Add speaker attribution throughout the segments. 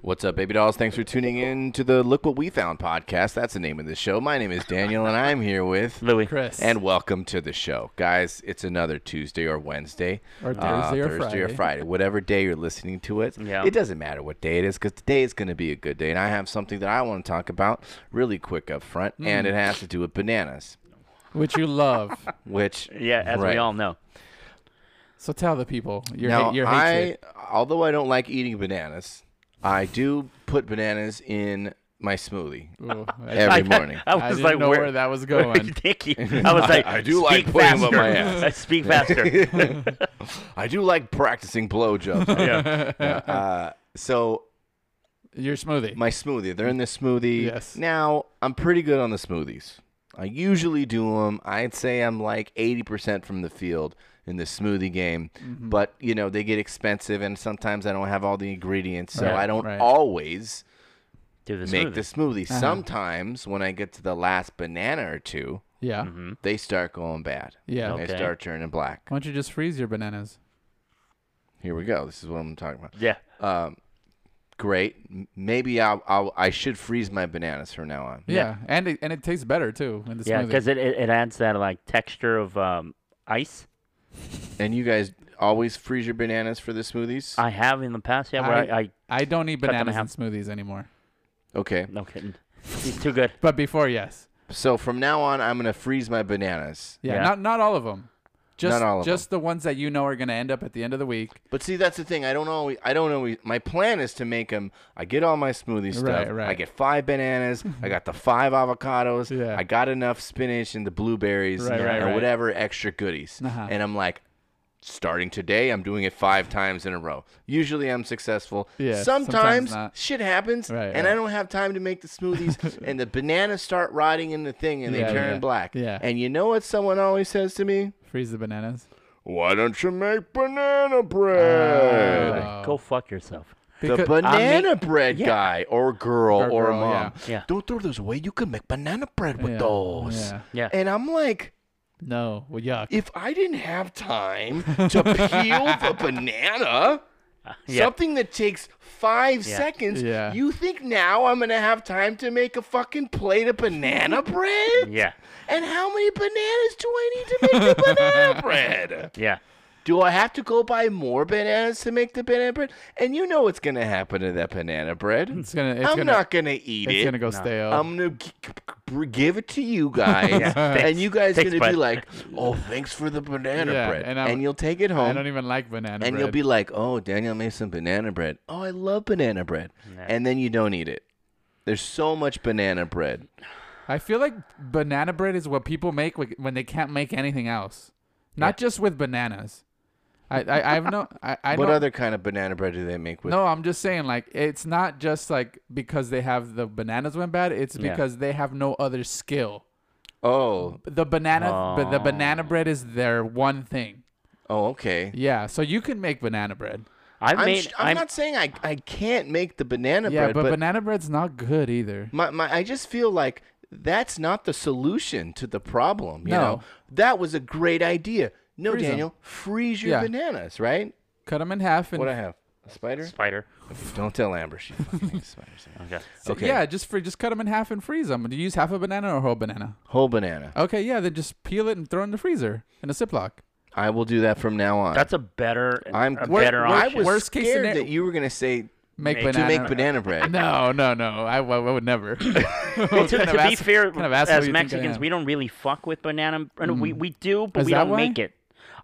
Speaker 1: What's up, baby dolls? Thanks for tuning in to the Look What We Found podcast. That's the name of the show. My name is Daniel, and I'm here with
Speaker 2: Louis.
Speaker 3: Chris.
Speaker 1: And welcome to the show, guys. It's another Tuesday or Wednesday,
Speaker 3: Or
Speaker 1: uh,
Speaker 3: Thursday or
Speaker 1: Thursday or
Speaker 3: Friday.
Speaker 1: Friday, whatever day you're listening to it.
Speaker 2: Yeah.
Speaker 1: It doesn't matter what day it is because today is going to be a good day, and I have something that I want to talk about really quick up front,
Speaker 3: Hmm.
Speaker 1: and it has to do with bananas,
Speaker 3: which you love.
Speaker 1: which
Speaker 2: Yeah, as
Speaker 1: Right.
Speaker 2: we all know.
Speaker 3: So tell the people your
Speaker 1: now
Speaker 3: hate, your
Speaker 1: I,
Speaker 3: hatred.
Speaker 1: although I don't like eating bananas, I do put bananas in my smoothie
Speaker 3: Ooh, I,
Speaker 1: every
Speaker 2: I-
Speaker 1: morning.
Speaker 2: I
Speaker 3: I
Speaker 2: was
Speaker 3: didn't
Speaker 2: like,
Speaker 3: know
Speaker 2: where,
Speaker 3: where, that was going.
Speaker 2: Thank you. I was like,
Speaker 1: I do like
Speaker 2: "Speak
Speaker 1: putting 'em up
Speaker 2: faster.
Speaker 1: my ass."
Speaker 2: I speak faster.
Speaker 1: I do like practicing blowjobs.
Speaker 2: yeah.
Speaker 1: uh, so
Speaker 3: your smoothie.
Speaker 1: my smoothie. They're in the smoothie.
Speaker 3: Yes.
Speaker 1: Now I'm pretty good on the smoothies. I usually do them. I'd say I'm like 80% from the field in the smoothie game,
Speaker 3: Mm-hmm.
Speaker 1: but you know they get expensive, and sometimes I don't have all the ingredients, so
Speaker 3: Right,
Speaker 1: I don't
Speaker 3: right. Uh-huh.
Speaker 1: always
Speaker 2: Do this
Speaker 1: make
Speaker 2: smoothie.
Speaker 1: the smoothie. Sometimes when I get to the last banana or two,
Speaker 3: yeah.
Speaker 2: Mm-hmm.
Speaker 1: they start going bad.
Speaker 3: Yeah.
Speaker 1: And They
Speaker 2: Okay.
Speaker 1: start turning black.
Speaker 3: Why don't you just freeze your bananas?
Speaker 1: Here we go. This is what I'm talking about.
Speaker 2: Yeah.
Speaker 1: Um, Great. M- Maybe I'll, I'll I should freeze my bananas from now on.
Speaker 3: Yeah. And it, and it tastes better too in the
Speaker 2: Yeah,
Speaker 3: smoothie.
Speaker 2: because it, it, it adds that like texture of um, ice.
Speaker 1: And you guys always freeze your bananas for the smoothies?
Speaker 2: I have in the past. Yeah, where I, I,
Speaker 3: I don't eat
Speaker 2: Cut them in
Speaker 3: bananas in
Speaker 2: half.
Speaker 3: smoothies anymore.
Speaker 1: okay.
Speaker 2: no kidding. It's too good.
Speaker 3: But before, yes.
Speaker 1: So from now on, I'm going to freeze my bananas.
Speaker 3: Yeah.
Speaker 2: Yeah.
Speaker 3: Not not all of them. Just
Speaker 1: all of
Speaker 3: just the ones that you know are going to end up at the end of the week.
Speaker 1: But see, that's the thing. I don't always. I don't always. My plan is to make them. I get all my smoothie stuff.
Speaker 3: Right, right.
Speaker 1: I get five bananas. I got the five avocados.
Speaker 3: Yeah.
Speaker 1: I got enough spinach and the blueberries
Speaker 3: Right,
Speaker 1: and
Speaker 3: right, right.
Speaker 1: whatever extra goodies.
Speaker 3: Uh-huh.
Speaker 1: And I'm like, starting today, I'm doing it five times in a row. Usually, I'm successful.
Speaker 3: Yeah,
Speaker 1: sometimes
Speaker 3: sometimes not.
Speaker 1: shit happens,
Speaker 3: Right,
Speaker 1: and
Speaker 3: right.
Speaker 1: I don't have time to make the smoothies. and the bananas start rotting in the thing, and
Speaker 3: Yeah,
Speaker 1: they turn
Speaker 3: yeah,
Speaker 1: black.
Speaker 3: yeah.
Speaker 1: And you know what someone always says to me?
Speaker 3: Freeze the bananas.
Speaker 1: Why don't you make banana bread?
Speaker 3: Oh.
Speaker 2: Go fuck yourself.
Speaker 1: the
Speaker 3: Because-
Speaker 1: banana
Speaker 2: I
Speaker 1: bread guy or girl or,
Speaker 3: Or girl,
Speaker 1: mom.
Speaker 2: yeah. Yeah.
Speaker 1: Don't throw those away. You can make banana bread with
Speaker 3: Yeah,
Speaker 1: those.
Speaker 3: yeah.
Speaker 2: Yeah.
Speaker 1: And I'm like,
Speaker 3: No. Well, yuck.
Speaker 1: if I didn't have time to peel the banana,
Speaker 2: yeah.
Speaker 1: something that takes five seconds,
Speaker 3: Yeah.
Speaker 1: you think now I'm going to have time to make a fucking plate of banana bread?
Speaker 2: Yeah.
Speaker 1: And how many bananas do I need to make the banana bread?
Speaker 2: Yeah.
Speaker 1: Do I have to go buy more bananas to make the banana bread? And you know what's going to happen to that banana bread.
Speaker 3: It's gonna. It's
Speaker 1: I'm
Speaker 3: gonna,
Speaker 1: not going to eat
Speaker 3: It's
Speaker 1: it.
Speaker 3: gonna go stale.
Speaker 1: I'm going to give it to you guys. and
Speaker 2: thanks.
Speaker 1: you guys
Speaker 2: Thanks,
Speaker 1: going to be
Speaker 2: bud.
Speaker 1: like, oh, thanks for the banana
Speaker 3: Yeah,
Speaker 1: bread. And,
Speaker 3: and I'm-
Speaker 1: you'll take it
Speaker 3: I
Speaker 1: home.
Speaker 3: don't even like banana
Speaker 1: And
Speaker 3: bread.
Speaker 1: you'll be like, oh, Daniel made some banana bread. Oh, I love banana bread.
Speaker 2: Yeah.
Speaker 1: And then you don't eat it. There's so much banana bread.
Speaker 3: I feel like banana bread is what people make wi- when they can't make anything else, not just with bananas. I I, I've no I, I
Speaker 1: what
Speaker 3: know,
Speaker 1: other kind of banana bread do they make with?
Speaker 3: no I'm just saying like it's not just like because they have the bananas went bad. It's
Speaker 2: Yeah.
Speaker 3: because they have no other skill.
Speaker 1: Oh,
Speaker 3: The banana but the banana bread is their one thing.
Speaker 1: oh, okay.
Speaker 3: Yeah, so you can make banana bread.
Speaker 2: I've
Speaker 1: I'm,
Speaker 2: made.
Speaker 1: sh- I'm, not saying I, I can't make the banana
Speaker 3: Yeah,
Speaker 1: bread,
Speaker 3: but,
Speaker 1: but,
Speaker 3: banana bread's not good either.
Speaker 1: my, my I just feel like that's not the solution to the problem. You
Speaker 3: No.
Speaker 1: know, that was a great idea. No,
Speaker 3: Freeze 'em.
Speaker 1: Daniel, freeze your
Speaker 3: Yeah.
Speaker 1: bananas. Right?
Speaker 3: Cut them in half and
Speaker 1: What I have? A spider?
Speaker 2: spider.
Speaker 1: Don't tell Amber she fucking hates spiders.
Speaker 2: Okay.
Speaker 1: Okay.
Speaker 3: yeah, just free, just cut them in half and freeze them. Do you use half a banana or whole banana?
Speaker 1: Whole banana.
Speaker 3: Okay, yeah, then just peel it and throw it in the freezer in a Ziploc.
Speaker 1: I will do that from now on.
Speaker 2: That's a better.
Speaker 1: I'm
Speaker 2: a
Speaker 1: wor-
Speaker 2: better
Speaker 1: I
Speaker 2: option.
Speaker 1: was
Speaker 3: Worst case
Speaker 1: scared
Speaker 3: scenario-
Speaker 1: that you were gonna say
Speaker 3: Make,
Speaker 2: Make- to
Speaker 3: banana.
Speaker 1: to make banana bread.
Speaker 3: No, no, no. I, I would never.
Speaker 2: Well, to,
Speaker 3: kind of
Speaker 2: to be
Speaker 3: ass-
Speaker 2: fair,
Speaker 3: kind of asshole
Speaker 2: as
Speaker 3: you think I
Speaker 2: Mexicans,
Speaker 3: am. Hmm.
Speaker 2: we don't really fuck with banana. and We we do, but
Speaker 3: Is
Speaker 2: we
Speaker 3: that
Speaker 2: don't
Speaker 3: why? Oh.
Speaker 2: make it.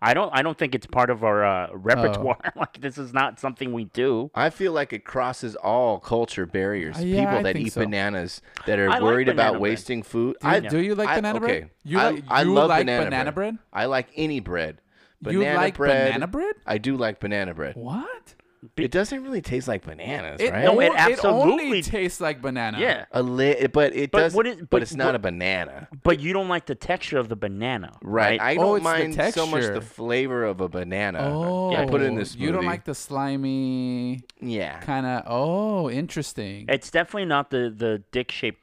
Speaker 2: I don't. I don't think it's part of our uh, repertoire. like this is not something we do.
Speaker 1: I feel like it crosses all culture barriers.
Speaker 3: Uh, yeah,
Speaker 1: People
Speaker 3: I
Speaker 1: that
Speaker 3: think
Speaker 1: eat
Speaker 3: so.
Speaker 1: bananas that are
Speaker 2: I like
Speaker 1: worried
Speaker 2: banana
Speaker 1: about
Speaker 2: bread.
Speaker 1: wasting food.
Speaker 3: Do,
Speaker 1: I
Speaker 3: do you like
Speaker 1: I-
Speaker 3: banana
Speaker 1: okay.
Speaker 3: bread? You
Speaker 1: I,
Speaker 3: like,
Speaker 1: I
Speaker 3: you
Speaker 1: love
Speaker 3: like
Speaker 1: banana,
Speaker 3: bread?
Speaker 1: I like any bread.
Speaker 3: You
Speaker 1: Banana
Speaker 3: like
Speaker 1: bread.
Speaker 3: banana bread?
Speaker 1: I do like banana bread.
Speaker 3: What?
Speaker 1: It doesn't really taste like bananas, right?
Speaker 2: no,
Speaker 3: o-
Speaker 2: it
Speaker 3: only
Speaker 2: absolutely-
Speaker 3: tastes like banana.
Speaker 2: Yeah,
Speaker 1: a li- but it
Speaker 2: But
Speaker 1: does.
Speaker 2: what is-
Speaker 1: but,
Speaker 2: but
Speaker 1: it's not
Speaker 2: what-
Speaker 1: a banana,
Speaker 2: but you don't like the texture of the banana,
Speaker 1: right?
Speaker 2: right?
Speaker 1: I
Speaker 3: Oh,
Speaker 1: don't
Speaker 3: it's the
Speaker 1: mind so much
Speaker 3: texture.
Speaker 1: the flavor of a banana.
Speaker 3: Oh,
Speaker 1: I put it in this.
Speaker 3: You don't like the slimy
Speaker 1: yeah.
Speaker 3: kind of. Oh, interesting.
Speaker 2: it's definitely not the the dick shaped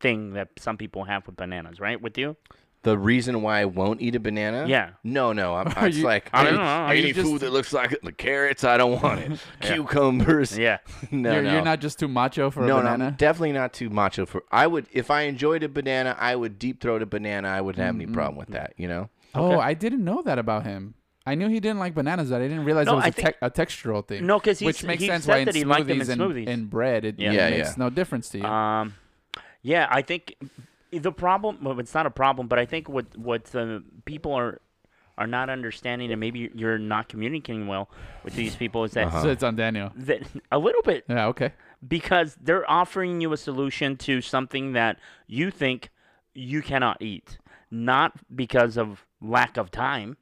Speaker 2: thing that some people have with bananas, right? With you,
Speaker 1: The reason why I won't eat a banana?
Speaker 2: Yeah.
Speaker 1: No, no. I'm it's
Speaker 3: you-
Speaker 1: like
Speaker 2: I
Speaker 1: I
Speaker 2: don't
Speaker 1: any,
Speaker 2: know, are you
Speaker 1: any
Speaker 3: just-
Speaker 1: food that looks like the carrots, I don't want it. Cucumbers.
Speaker 2: Yeah.
Speaker 1: No,
Speaker 3: you're,
Speaker 1: no.
Speaker 3: you're not just too macho for
Speaker 1: no,
Speaker 3: a banana.
Speaker 1: no, definitely not too macho for. I would, if I enjoyed a banana, I would deep throat a banana. I wouldn't have any problem with that, you know.
Speaker 3: Oh, I didn't know that about him. I knew he didn't like bananas, but I didn't realize
Speaker 2: No,
Speaker 3: it was
Speaker 2: I
Speaker 3: a,
Speaker 2: think-
Speaker 3: tec- a textural thing.
Speaker 2: No, 'cause he's-
Speaker 3: which makes
Speaker 2: he
Speaker 3: sense
Speaker 2: said
Speaker 3: why in
Speaker 2: that he liked them in
Speaker 3: smoothies and,
Speaker 2: smoothies.
Speaker 3: and bread, it
Speaker 2: Yeah.
Speaker 3: it
Speaker 1: Yeah,
Speaker 3: makes
Speaker 1: yeah.
Speaker 3: no difference to you.
Speaker 2: Um, yeah, I think the problem. Well, it's not a problem, but I think what what the people are are not understanding, and maybe you're not communicating well with these people, is
Speaker 1: Uh-huh.
Speaker 2: that,
Speaker 3: so it's on Daniel.
Speaker 2: that a little bit
Speaker 3: Yeah, okay.
Speaker 2: because they're offering you a solution to something that you think you cannot eat, not because of lack of time,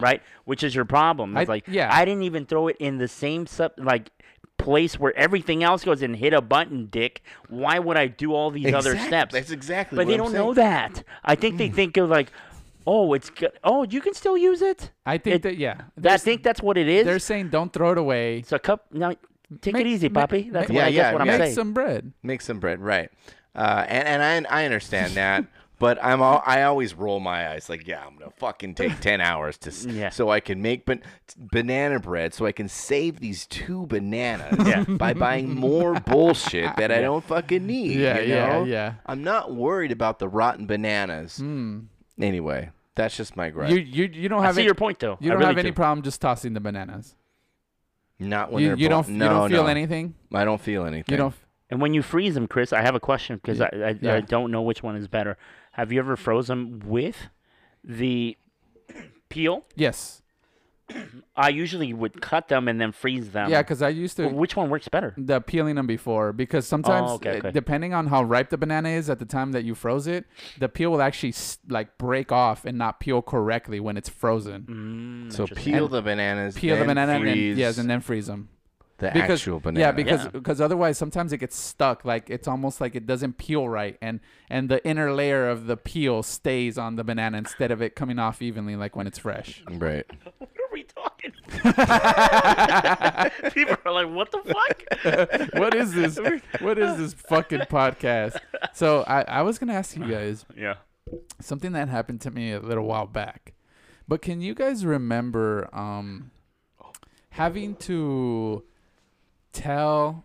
Speaker 2: right? Which is your problem. It's
Speaker 3: I-
Speaker 2: like
Speaker 3: yeah.
Speaker 2: I didn't even throw it in the same sub like place where everything else goes and hit a button, dick. Why would I do all these other
Speaker 1: Exact-
Speaker 2: steps?
Speaker 1: That's exactly.
Speaker 2: but
Speaker 1: what
Speaker 2: they
Speaker 1: I'm
Speaker 2: don't
Speaker 1: saying. Mm.
Speaker 2: know that. I think they think of like, oh, it's good. Oh, you can still use it.
Speaker 3: I think
Speaker 2: It-
Speaker 3: that yeah,
Speaker 2: I think that's what it is.
Speaker 3: they're saying don't throw it away.
Speaker 2: it's a cup. Now, take
Speaker 3: Make-
Speaker 2: it easy,
Speaker 3: ma-
Speaker 2: Poppy. That's
Speaker 3: ma-
Speaker 2: what I
Speaker 1: Yeah,
Speaker 2: guess
Speaker 1: yeah,
Speaker 2: what I'm
Speaker 1: yeah.
Speaker 3: Make
Speaker 2: saying.
Speaker 3: some bread.
Speaker 1: Make some bread, right? Uh, and and I I understand that, but I'm all I always roll my eyes like, yeah, I'm gonna fucking take ten hours to s-
Speaker 2: Yeah.
Speaker 1: so I can make ban- banana bread, so I can save these two bananas
Speaker 2: Yeah.
Speaker 1: by buying more bullshit that I don't fucking need.
Speaker 3: Yeah,
Speaker 1: you
Speaker 3: yeah,
Speaker 1: know?
Speaker 3: yeah.
Speaker 1: I'm not worried about the rotten bananas. Anyway, that's just my gripe.
Speaker 3: Hmm. You you you don't
Speaker 2: I
Speaker 3: have
Speaker 2: see
Speaker 3: any,
Speaker 2: your point, though. I
Speaker 3: you don't
Speaker 2: really
Speaker 3: have any
Speaker 2: do.
Speaker 3: problem just tossing the bananas.
Speaker 1: not when
Speaker 3: You,
Speaker 1: they're
Speaker 3: you
Speaker 1: bla-
Speaker 3: don't f- you
Speaker 1: no,
Speaker 3: don't feel
Speaker 1: no.
Speaker 3: anything.
Speaker 1: I don't feel anything.
Speaker 3: You don't. f-
Speaker 2: And when you freeze them, Chris, I have a question because I, I,
Speaker 3: yeah.
Speaker 2: I don't know which one is better. Have you ever froze them with the peel?
Speaker 3: Yes.
Speaker 2: I usually would cut them and then freeze them.
Speaker 3: Yeah, because I used to
Speaker 2: Well, which one works better?
Speaker 3: the peeling them before because sometimes
Speaker 2: Oh, okay,
Speaker 3: uh,
Speaker 2: okay.
Speaker 3: depending on how ripe the banana is at the time that you froze it the peel will actually s- like break off and not peel correctly when it's frozen
Speaker 2: Mm,
Speaker 1: So
Speaker 2: interesting.
Speaker 1: peel the bananas,
Speaker 3: peel the
Speaker 1: then
Speaker 3: banana and
Speaker 1: freeze
Speaker 3: then, yes and then freeze them
Speaker 1: the
Speaker 3: because
Speaker 1: actual banana.
Speaker 3: yeah because
Speaker 2: Yeah.
Speaker 3: because otherwise sometimes it gets stuck like it's almost like it doesn't peel right and and the inner layer of the peel stays on the banana instead of it coming off evenly like when it's fresh
Speaker 1: Right.
Speaker 2: what are we talking? People are like, what the fuck?
Speaker 3: what is this what is this fucking podcast so i i was gonna ask you guys
Speaker 2: yeah.
Speaker 3: something that happened to me a little while back. But can you guys remember um, having to tell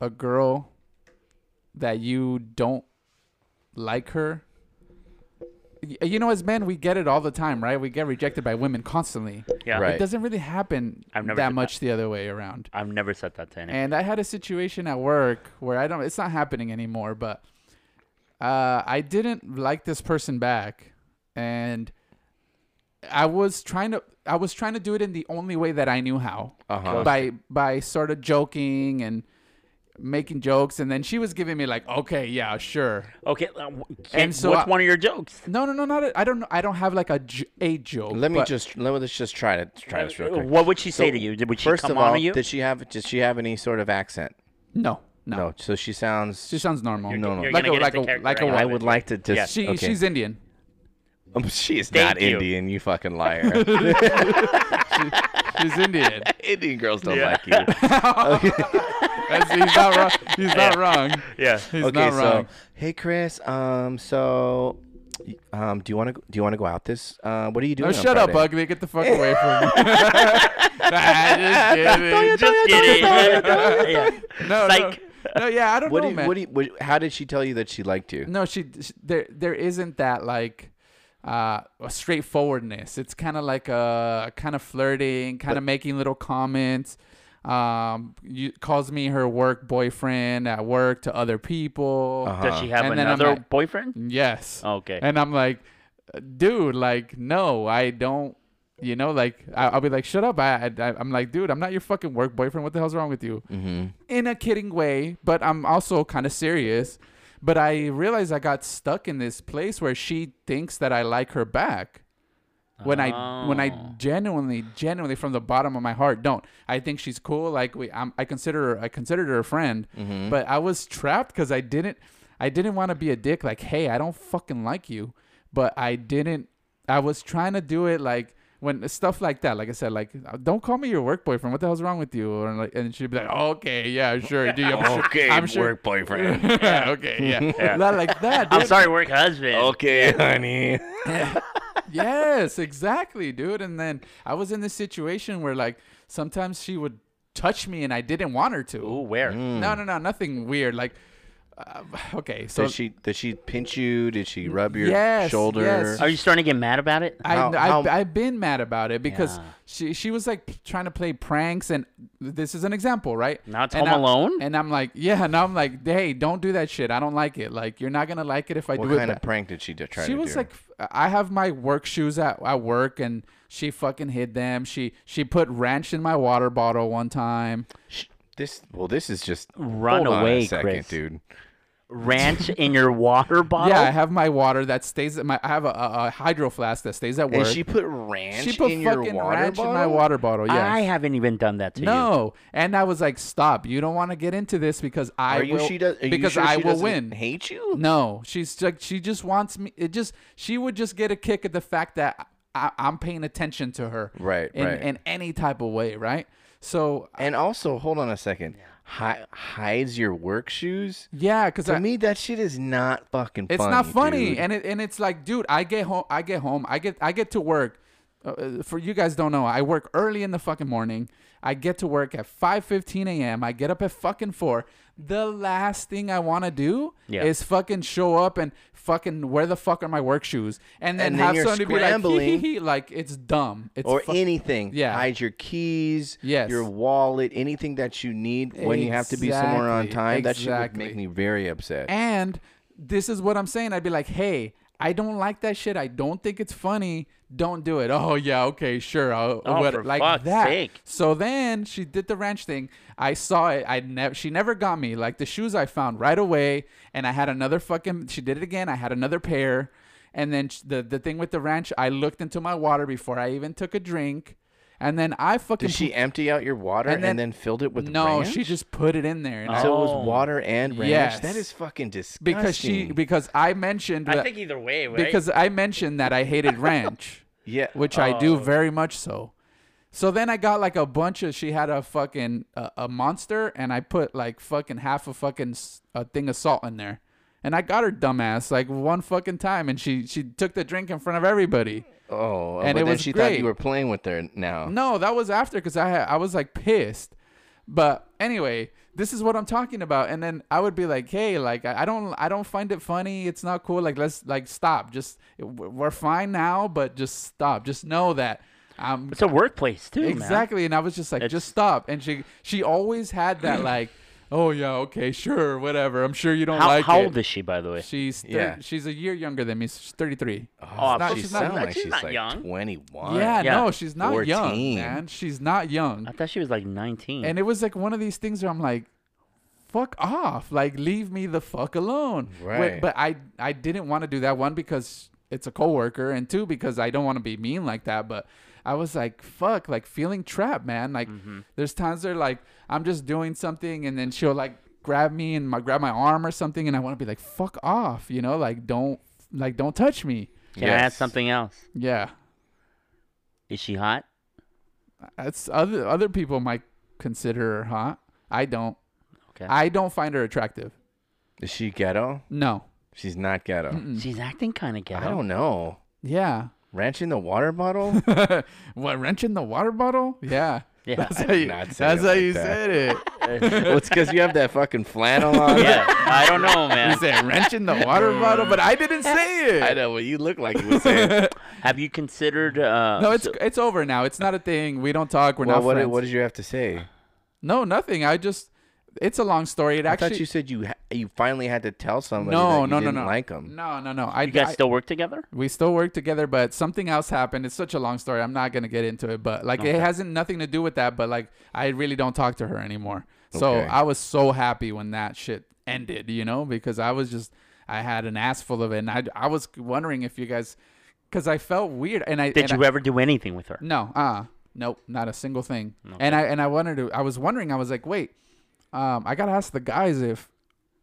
Speaker 3: a girl that you don't like her? Y- You know, as men, we get it all the time, right? We get rejected by women constantly.
Speaker 2: Yeah.
Speaker 1: Right.
Speaker 3: It doesn't really happen
Speaker 2: I've never did
Speaker 3: that
Speaker 2: that.
Speaker 3: much the other way around.
Speaker 2: I've never said that to anyone.
Speaker 3: And I had a situation at work where I don't. It's not happening anymore, but uh, I didn't like this person back, and I was trying to. I was trying to do it in the only way that I knew how,
Speaker 1: Uh-huh.
Speaker 3: by by sort of joking and making jokes, and then she was giving me like, "Okay, yeah, sure."
Speaker 2: Okay. uh, w-
Speaker 3: And
Speaker 2: Kent,
Speaker 3: so
Speaker 2: what's
Speaker 3: I-
Speaker 2: one of your jokes?
Speaker 3: No, no, no, not. A, I don't. I don't have like a, j- a joke.
Speaker 1: Let me
Speaker 3: but
Speaker 1: just let me let's just try to try this real quick.
Speaker 2: Uh, What would she say
Speaker 1: So,
Speaker 2: to you? Did would she
Speaker 1: First
Speaker 2: come
Speaker 1: of
Speaker 2: on
Speaker 1: all,
Speaker 2: to you?
Speaker 1: did she have did she have any sort of accent?
Speaker 3: no, no.
Speaker 1: No. So she sounds.
Speaker 3: She sounds normal.
Speaker 1: no, no.
Speaker 2: You're
Speaker 3: Like
Speaker 2: gonna
Speaker 3: a-
Speaker 2: get us the
Speaker 3: like a-
Speaker 2: character
Speaker 3: like a
Speaker 2: right now.
Speaker 1: I would like to just.
Speaker 2: Yeah.
Speaker 3: She
Speaker 1: okay.
Speaker 3: she's Indian.
Speaker 1: Um, she is
Speaker 2: Thank
Speaker 1: not
Speaker 2: you.
Speaker 1: Indian. You fucking liar.
Speaker 3: She's Indian.
Speaker 1: Indian girls don't
Speaker 2: Yeah.
Speaker 1: like you.
Speaker 3: That's, he's not wrong. He's not wrong.
Speaker 2: Yeah.
Speaker 3: He's
Speaker 1: okay.
Speaker 3: not
Speaker 1: So
Speaker 3: wrong.
Speaker 1: hey Chris. Um. So. Um. Do you want to do you want to go out this? Uh. What are you doing?
Speaker 3: No,
Speaker 1: on
Speaker 3: Oh, shut up,
Speaker 1: Friday?
Speaker 3: ugly. Get the fuck away from me. Nah, just kidding.
Speaker 2: Just kidding. yeah.
Speaker 3: No, no,
Speaker 2: Psych.
Speaker 3: no, yeah, I don't
Speaker 1: What
Speaker 3: know,
Speaker 1: do you,
Speaker 3: man.
Speaker 1: what do you, what, how did she tell you that she liked you?
Speaker 3: no, she, sh there, there isn't that like uh straightforwardness. It's kind of like uh kind of flirting, kind of making little comments. Um, you, calls me her work boyfriend at work to other people.
Speaker 1: Uh-huh.
Speaker 2: Does she have
Speaker 3: Ah. And then I'm
Speaker 2: another
Speaker 3: like-
Speaker 2: boyfriend?
Speaker 3: Yes.
Speaker 2: Okay.
Speaker 3: And I'm like, dude, like, no, I don't. You know, like, I, I'll be like, shut up. I, I, I'm like, dude, I'm not your fucking work boyfriend. What the hell's wrong with you? Mm-hmm. In a kidding way, but I'm also kind of serious. But I realized I got stuck in this place where she thinks that I like her back. When I when I
Speaker 1: Oh.
Speaker 3: genuinely genuinely from the bottom of my heart don't I think she's cool like we I'm, I consider her I considered her a friend
Speaker 1: Mm-hmm.
Speaker 3: but I was trapped because I didn't I didn't want to be a dick like hey I don't fucking like you but I didn't I was trying to do it like when stuff like that, like I said, like "Uh, don't call me your work boyfriend. What the hell's wrong with you? Or like, and she'd be like, okay, yeah, sure, dude. I'm sure-
Speaker 1: Okay,
Speaker 3: I'm sure.
Speaker 1: work boyfriend.
Speaker 3: okay, yeah, Not like that.
Speaker 2: I'm
Speaker 3: dude.
Speaker 2: sorry, work husband.
Speaker 1: okay, honey.
Speaker 3: yes, exactly, dude. And then I was in this situation where like sometimes she would touch me and I didn't want her to.
Speaker 2: Ooh, where?
Speaker 3: No, no, no, nothing weird. Like, uh, okay, so
Speaker 1: Did she did she pinch you? Did she rub your
Speaker 3: Yes,
Speaker 1: shoulder?
Speaker 3: yes.
Speaker 2: Are you starting to get mad about it?
Speaker 3: I,
Speaker 1: How-
Speaker 3: I've,
Speaker 1: how-
Speaker 3: I've been mad about it because
Speaker 2: Yeah.
Speaker 3: she she was like p- trying to play pranks and this is an example, right?
Speaker 2: Now it's
Speaker 3: and
Speaker 2: Home
Speaker 3: I'm-
Speaker 2: Alone?
Speaker 3: and I'm like, yeah, now I'm like, hey, don't do that shit. I don't like it. Like, you're not gonna like it if I
Speaker 1: What
Speaker 3: do it.
Speaker 1: kind of
Speaker 3: that-
Speaker 1: prank did she d- try
Speaker 3: she
Speaker 1: to do?
Speaker 3: was like, I have my work shoes at, at work, and she fucking hid them. She she put ranch in my water bottle one time.
Speaker 1: Sh- this. Well, this is just
Speaker 2: Run
Speaker 1: hold on
Speaker 2: away,
Speaker 1: a second,
Speaker 2: Chris.
Speaker 1: dude.
Speaker 2: Ranch in your water bottle?
Speaker 3: Yeah, I have my water that stays at my. I have a, a, a hydro flask that stays at
Speaker 1: And
Speaker 3: work.
Speaker 1: she put ranch
Speaker 3: She put
Speaker 1: in your
Speaker 3: fucking
Speaker 1: water
Speaker 3: ranch
Speaker 1: bottle.
Speaker 3: in my water bottle. Yeah.
Speaker 2: I haven't even done that to you.
Speaker 3: No, and I was like, "Stop! You don't want to get into this because I
Speaker 1: Are you?
Speaker 3: will
Speaker 1: she does. Are you
Speaker 3: because
Speaker 1: sure
Speaker 3: I
Speaker 1: she
Speaker 3: will
Speaker 1: doesn't
Speaker 3: win."
Speaker 1: Hate you?
Speaker 3: No, she's like she just wants me. It just she would just get a kick at the fact that I, I'm paying attention to her,
Speaker 1: Right,
Speaker 3: in,
Speaker 1: right.
Speaker 3: in any type of way, right? So
Speaker 1: And also, hold on a second. Hi- hides your work shoes.
Speaker 3: yeah, because
Speaker 1: To
Speaker 3: I,
Speaker 1: me, that shit is not fucking.
Speaker 3: it's
Speaker 1: funny,
Speaker 3: not funny,
Speaker 1: dude.
Speaker 3: and it and it's like, dude, I get home, I get home, I get I get to work. Uh, Uh, for you guys don't know, I work early in the fucking morning. I get to work at 5:15 a.m. I get up at fucking four. The last thing I want to do
Speaker 2: Yeah.
Speaker 3: is fucking show up and fucking where the fuck are my work shoes? And then,
Speaker 1: And then
Speaker 3: have
Speaker 1: you're
Speaker 3: somebody be like, hee, hee,
Speaker 1: scrambling.
Speaker 3: hee, like it's dumb. It's
Speaker 1: or
Speaker 3: fuck-
Speaker 1: anything.
Speaker 3: Yeah.
Speaker 1: Hide your keys,
Speaker 3: Yes.
Speaker 1: your wallet, anything that you need when you have to be somewhere on
Speaker 3: Exactly,
Speaker 1: time. That shit would
Speaker 3: exactly.
Speaker 1: make me very upset.
Speaker 3: And this is what I'm saying. I'd be like, hey, I don't like that shit. I don't think it's funny. Don't do it. Oh yeah, okay, sure. I'll,
Speaker 2: Oh,
Speaker 3: what-
Speaker 2: for
Speaker 3: like
Speaker 2: fuck's
Speaker 3: that.
Speaker 2: sake.
Speaker 3: So then she did the ranch thing. I saw it. I never. She never got me. Like the shoes I found right away, and I had another fucking. She did it again. I had another pair, and then sh- the the thing with the ranch. I looked into my water before I even took a drink, and then I fucking.
Speaker 1: Did she empty out your water and
Speaker 3: and
Speaker 1: then,
Speaker 3: then-
Speaker 1: filled it with
Speaker 3: no,
Speaker 1: ranch?
Speaker 3: she just put it in there. And I-
Speaker 1: So it
Speaker 2: Oh.
Speaker 1: was water and ranch.
Speaker 3: Yes.
Speaker 1: That is fucking disgusting.
Speaker 3: because she because I mentioned
Speaker 2: I
Speaker 3: that-
Speaker 2: think either way, right?
Speaker 3: because I mentioned that I hated ranch,
Speaker 1: yeah,
Speaker 3: which I do very much so. So then I got like a bunch of. She had a fucking uh, a monster, and I put like fucking half a fucking s- a thing of salt in there, and I got her dumbass like one fucking time, and she she took the drink in front of everybody.
Speaker 1: oh,
Speaker 3: and
Speaker 1: but then
Speaker 3: it was
Speaker 1: she thought
Speaker 3: great.
Speaker 1: you were playing with her now.
Speaker 3: No, that was after because I had, I was like pissed. But anyway, this is what I'm talking about. And then I would be like, hey, like I I don't I don't find it funny. It's not cool. Like let's like stop. Just w- we're fine now, but just stop. Just know that. I'm
Speaker 2: it's a workplace, too, man.
Speaker 3: exactly. And I was just like,
Speaker 2: It's-
Speaker 3: just stop. And she she always had that like, oh yeah, okay, sure, whatever. I'm sure you don't
Speaker 2: How,
Speaker 3: like
Speaker 2: how
Speaker 3: it.
Speaker 2: old is she, by the way?
Speaker 3: She's thir-
Speaker 1: Yeah.
Speaker 3: she's a year younger than me. She's 33.
Speaker 2: Oh,
Speaker 3: not-
Speaker 1: she
Speaker 3: she's not-
Speaker 1: sounds like
Speaker 2: she's
Speaker 1: she's
Speaker 2: not
Speaker 1: like
Speaker 2: young.
Speaker 1: 21.
Speaker 3: yeah,
Speaker 2: Oh, Yeah.
Speaker 3: no, she's not young,
Speaker 1: 14.
Speaker 3: man. She's not young.
Speaker 2: I thought she was like 19.
Speaker 3: And it was like one of these things where I'm like, fuck off. Like, leave me the fuck alone. Wh-
Speaker 1: Right.
Speaker 3: But I, I didn't want to do that. One, because it's a coworker. And two, because I don't want to be mean like that. But I was like, fuck, like feeling trapped, man. Like, there's times where like I'm just doing something and then she'll like grab me and my, grab my arm or something. And I want to be like, fuck off, you know, like, don't, like, don't touch me.
Speaker 2: Can I
Speaker 1: Yes.
Speaker 2: ask something else?
Speaker 3: Yeah.
Speaker 2: Is she hot?
Speaker 3: That's other, other people might consider her hot. I don't.
Speaker 2: Okay.
Speaker 3: I don't find her attractive.
Speaker 1: Is she ghetto?
Speaker 3: No.
Speaker 1: She's not ghetto.
Speaker 2: She's acting kind
Speaker 1: I
Speaker 2: of ghetto.
Speaker 1: don't know.
Speaker 3: Yeah.
Speaker 1: Ranch in the water bottle?
Speaker 3: what wrench in the water bottle? Yeah.
Speaker 2: Yeah.
Speaker 3: That's how you,
Speaker 1: not say
Speaker 3: that's
Speaker 1: it
Speaker 3: how
Speaker 1: like
Speaker 3: you
Speaker 1: that.
Speaker 3: said it.
Speaker 1: well, it's because you have that fucking flannel on.
Speaker 2: Yeah, I don't know, man.
Speaker 3: You said wrench in the water bottle, but I didn't say
Speaker 1: I
Speaker 3: it.
Speaker 1: know. Well, you look like you would say it.
Speaker 2: Have you considered? Uh,
Speaker 3: No, it's
Speaker 2: so-
Speaker 3: it's over now. It's not a thing. We don't talk. We're
Speaker 1: Well,
Speaker 3: not
Speaker 1: what,
Speaker 3: friends.
Speaker 1: did- what did you have to say?
Speaker 3: no, nothing. I just it's a long story. It
Speaker 1: I
Speaker 3: actually
Speaker 1: thought you said you ha- you finally had to tell somebody that
Speaker 3: no,
Speaker 1: you
Speaker 3: no, no,
Speaker 1: didn't
Speaker 3: no.
Speaker 1: like them.
Speaker 3: No, no, no. I,
Speaker 2: you guys
Speaker 3: I-
Speaker 2: still work together?
Speaker 3: we still work together, but something else happened. It's such a long story. I'm not gonna get into it, but like it hasn't nothing to do with that. But like I really don't talk to her anymore. So
Speaker 1: Okay.
Speaker 3: I was so happy when that shit ended, you know, because I was just I had an ass full of it, and I I was wondering if you guys, because I felt weird, and I
Speaker 2: Did
Speaker 3: and
Speaker 2: you ever do anything with her?
Speaker 3: I, no uh nope not a single thing, and I and I wanted to I was wondering I was like wait, um I gotta ask the guys if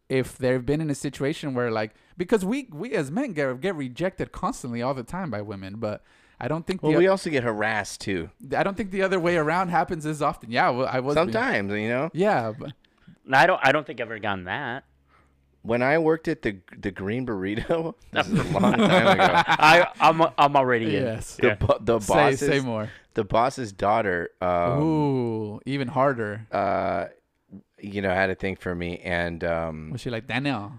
Speaker 3: if they've been in a situation where like because we we as men get get rejected constantly all the time by women, but I don't think
Speaker 1: Well,
Speaker 3: the
Speaker 1: we also get harassed too.
Speaker 3: I don't think the other way around happens as often. Yeah, well, I was being-
Speaker 1: Sometimes, you know.
Speaker 3: Yeah, but
Speaker 2: And I don't. I don't think I've ever gotten that.
Speaker 1: When I worked at the the Green Burrito, this is a long time ago.
Speaker 2: I I'm I'm already in.
Speaker 3: Yes.
Speaker 2: Yeah.
Speaker 1: The, bo- the
Speaker 3: say
Speaker 1: boss's
Speaker 3: say more. Uh-huh.
Speaker 1: the boss's daughter, um,
Speaker 3: Ooh, even harder.
Speaker 1: uh, you know, had a thing for me, and um,
Speaker 3: Was she like Daniel?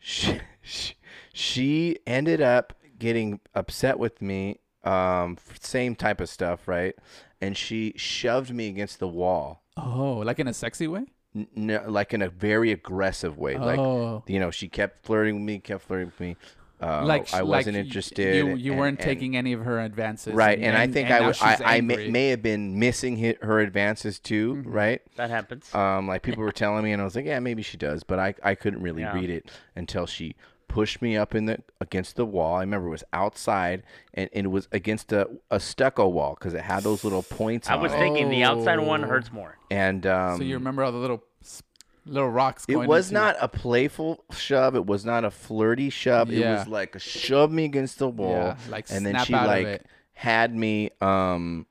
Speaker 1: she, she- she ended up getting upset with me um f- same type of stuff right and she shoved me against the wall
Speaker 3: Oh, like in a sexy way?
Speaker 1: N- no, like in a very aggressive way like
Speaker 3: oh,
Speaker 1: you know she kept flirting with me kept flirting with me uh,
Speaker 3: like
Speaker 1: i
Speaker 3: like
Speaker 1: wasn't
Speaker 3: y-
Speaker 1: interested
Speaker 3: You
Speaker 1: and-
Speaker 3: you
Speaker 1: and-
Speaker 3: weren't
Speaker 1: and-
Speaker 3: taking any of her advances.
Speaker 1: right and, i think
Speaker 3: and
Speaker 1: i
Speaker 3: now
Speaker 1: was i,
Speaker 3: she's
Speaker 1: I may,
Speaker 3: angry. Mm-hmm.
Speaker 1: may have been missing hi her advances too right
Speaker 2: That happens.
Speaker 1: um, like people were telling me, and I was like, yeah, maybe she does, but I, I couldn't really
Speaker 2: Yeah.
Speaker 1: read it until she pushed me up in the against the wall. I remember it was outside, and, and it was against a, a stucco wall because it had those little points
Speaker 2: I
Speaker 1: on
Speaker 2: was
Speaker 1: it.
Speaker 2: thinking the outside one
Speaker 3: Oh.
Speaker 2: hurts more.
Speaker 1: and um,
Speaker 3: so you remember all the little s- little rocks.
Speaker 1: it
Speaker 3: going
Speaker 1: was
Speaker 3: into-
Speaker 1: not a playful shove. It was not a flirty shove. It
Speaker 3: Yeah.
Speaker 1: was like a shove me against the wall,
Speaker 3: Yeah, like
Speaker 1: and then
Speaker 3: snap
Speaker 1: she
Speaker 3: out of
Speaker 1: like
Speaker 3: it.
Speaker 1: had me, um,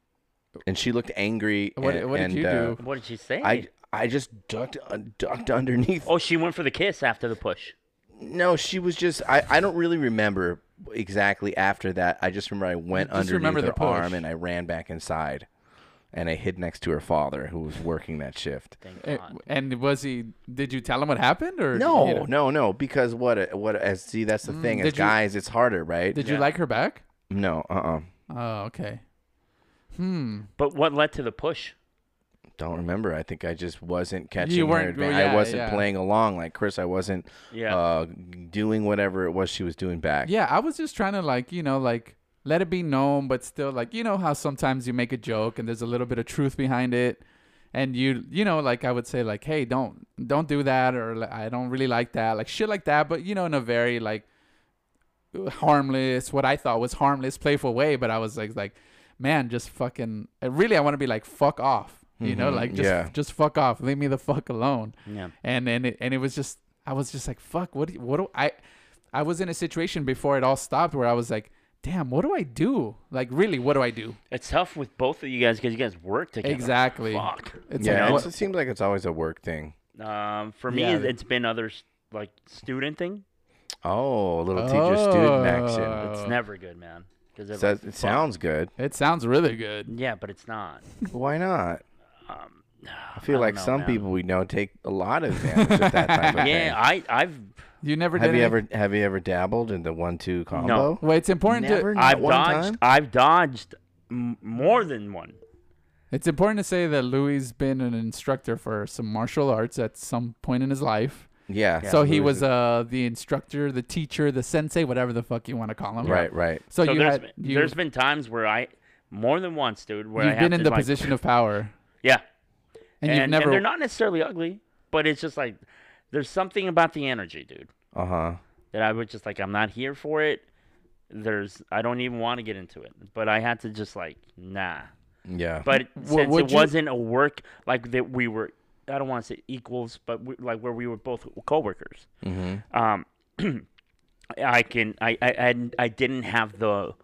Speaker 1: and she looked angry.
Speaker 3: What-
Speaker 1: and,
Speaker 3: what did
Speaker 1: and,
Speaker 3: you
Speaker 1: uh,
Speaker 3: do?
Speaker 2: What did she say?
Speaker 1: I I just ducked uh, ducked underneath
Speaker 2: oh, she went for the kiss after the push.
Speaker 1: No, she was just. I, I don't really remember exactly after that. I just remember I went
Speaker 3: You just
Speaker 1: underneath
Speaker 3: remember
Speaker 1: her
Speaker 3: the push.
Speaker 1: arm and I ran back inside, and I hid next to her father who was working that shift.
Speaker 2: Thank
Speaker 3: A-
Speaker 2: God.
Speaker 3: Eh, And was he? Did you tell him what happened or you
Speaker 1: No,
Speaker 3: know-
Speaker 1: no, no. Because what? a- What? As see, that's the thing. As
Speaker 3: did you-
Speaker 1: guys, it's harder, right?
Speaker 3: Did
Speaker 2: Yeah.
Speaker 3: you like her back?
Speaker 1: no, uh, uh
Speaker 3: Oh, okay. Hmm.
Speaker 2: But what led to the push?
Speaker 1: Don't remember. I think I just wasn't catching her.
Speaker 3: weren't-
Speaker 1: advan- I
Speaker 3: yeah,
Speaker 1: wasn't
Speaker 3: yeah.
Speaker 1: playing along like Chris. I wasn't
Speaker 2: Yeah.
Speaker 1: uh, doing whatever it was she was doing back.
Speaker 3: Yeah, I was just trying to like, you know, like let it be known, but still like, you know how sometimes you make a joke and there's a little bit of truth behind it, and you, you know, like I would say like, hey, don't don't do that, or like, I don't really like that, like shit like that, but you know, in a very like harmless, what I thought was harmless, playful way, but I was like, like, man, just fucking, really, I want to be like, fuck off, you know,
Speaker 1: Mhm,
Speaker 3: like just
Speaker 1: yeah.
Speaker 3: just fuck off, leave me the fuck alone
Speaker 2: yeah.
Speaker 3: and and it, and it was just I was just like fuck what do, what do I I was in a situation before it all stopped where I was like damn what do I do like really what do I do
Speaker 2: It's tough with both of you guys because you guys work together.
Speaker 3: exactly
Speaker 2: Fuck.
Speaker 3: it's
Speaker 1: yeah.
Speaker 3: like
Speaker 1: it's-
Speaker 3: what,
Speaker 1: it seems like it's always a work thing.
Speaker 2: Um, for me,
Speaker 3: Yeah.
Speaker 2: it's been other s- like student thing.
Speaker 1: Oh, a little teacher-student action.
Speaker 3: Oh.
Speaker 2: It's never good, man. Because
Speaker 1: So it sounds good.
Speaker 3: it sounds really good
Speaker 2: Yeah, but it's not.
Speaker 1: Why not?
Speaker 2: Um,
Speaker 1: I feel
Speaker 2: don't
Speaker 1: like
Speaker 2: know,
Speaker 1: some
Speaker 2: man.
Speaker 1: people we know take a lot of advantage of that type of
Speaker 2: Yeah,
Speaker 1: thing.
Speaker 2: I I've
Speaker 3: you never
Speaker 1: Have
Speaker 3: did
Speaker 1: you
Speaker 3: any-
Speaker 1: ever have you ever dabbled in the one-two combo?
Speaker 3: well it's important
Speaker 1: Never,
Speaker 3: to
Speaker 1: not
Speaker 2: I've
Speaker 1: one
Speaker 2: dodged
Speaker 1: time?
Speaker 2: I've dodged m- more than one.
Speaker 3: it's important to say that Louis's been an instructor for some martial arts at some point in his life
Speaker 1: Yeah.
Speaker 3: so he
Speaker 1: Louis
Speaker 3: was
Speaker 1: is-
Speaker 3: uh the instructor the teacher the sensei whatever the fuck you want to call him
Speaker 1: right, right.
Speaker 3: so,
Speaker 2: So
Speaker 3: you
Speaker 2: there's
Speaker 3: had
Speaker 2: been-
Speaker 3: you,
Speaker 2: there's been times where I more than once, dude, where
Speaker 3: you've
Speaker 2: I have
Speaker 3: been in
Speaker 2: to,
Speaker 3: the
Speaker 2: like-
Speaker 3: position of power
Speaker 2: Yeah, and,
Speaker 3: and, you've never
Speaker 2: and they're not necessarily ugly, but it's just like there's something about the energy, dude,
Speaker 1: Uh huh.
Speaker 2: that I was just like I'm not here for it. There's I don't even want to get into it, but I had to just like nah.
Speaker 1: Yeah.
Speaker 2: But
Speaker 3: W-
Speaker 2: since
Speaker 3: would
Speaker 2: it
Speaker 3: you-
Speaker 2: wasn't a work like that, we were I don't want to say equals, but we, like where we were both coworkers.
Speaker 1: hmm
Speaker 3: Mm-hmm.
Speaker 2: Um, I can I I I- I didn't have the.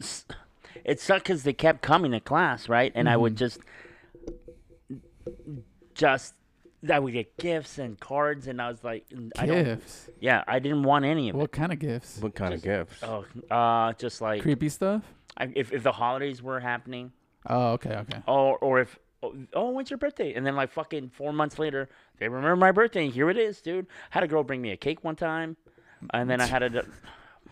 Speaker 2: s- It sucked because they kept coming to class, right? And I would just,
Speaker 3: Mm-hmm.
Speaker 2: just I would get gifts and cards, and I was like, I don't,
Speaker 3: gifts
Speaker 2: yeah, I didn't want any of it.
Speaker 3: what kind of gifts
Speaker 1: What kind of gifts?
Speaker 2: Oh, uh, just like
Speaker 3: creepy stuff.
Speaker 2: I, if if the holidays were happening,
Speaker 3: Oh, okay, okay.
Speaker 2: or or if oh, oh when's your birthday and then like fucking four months later they remember my birthday and here it is dude had a girl bring me a cake one time and then i had a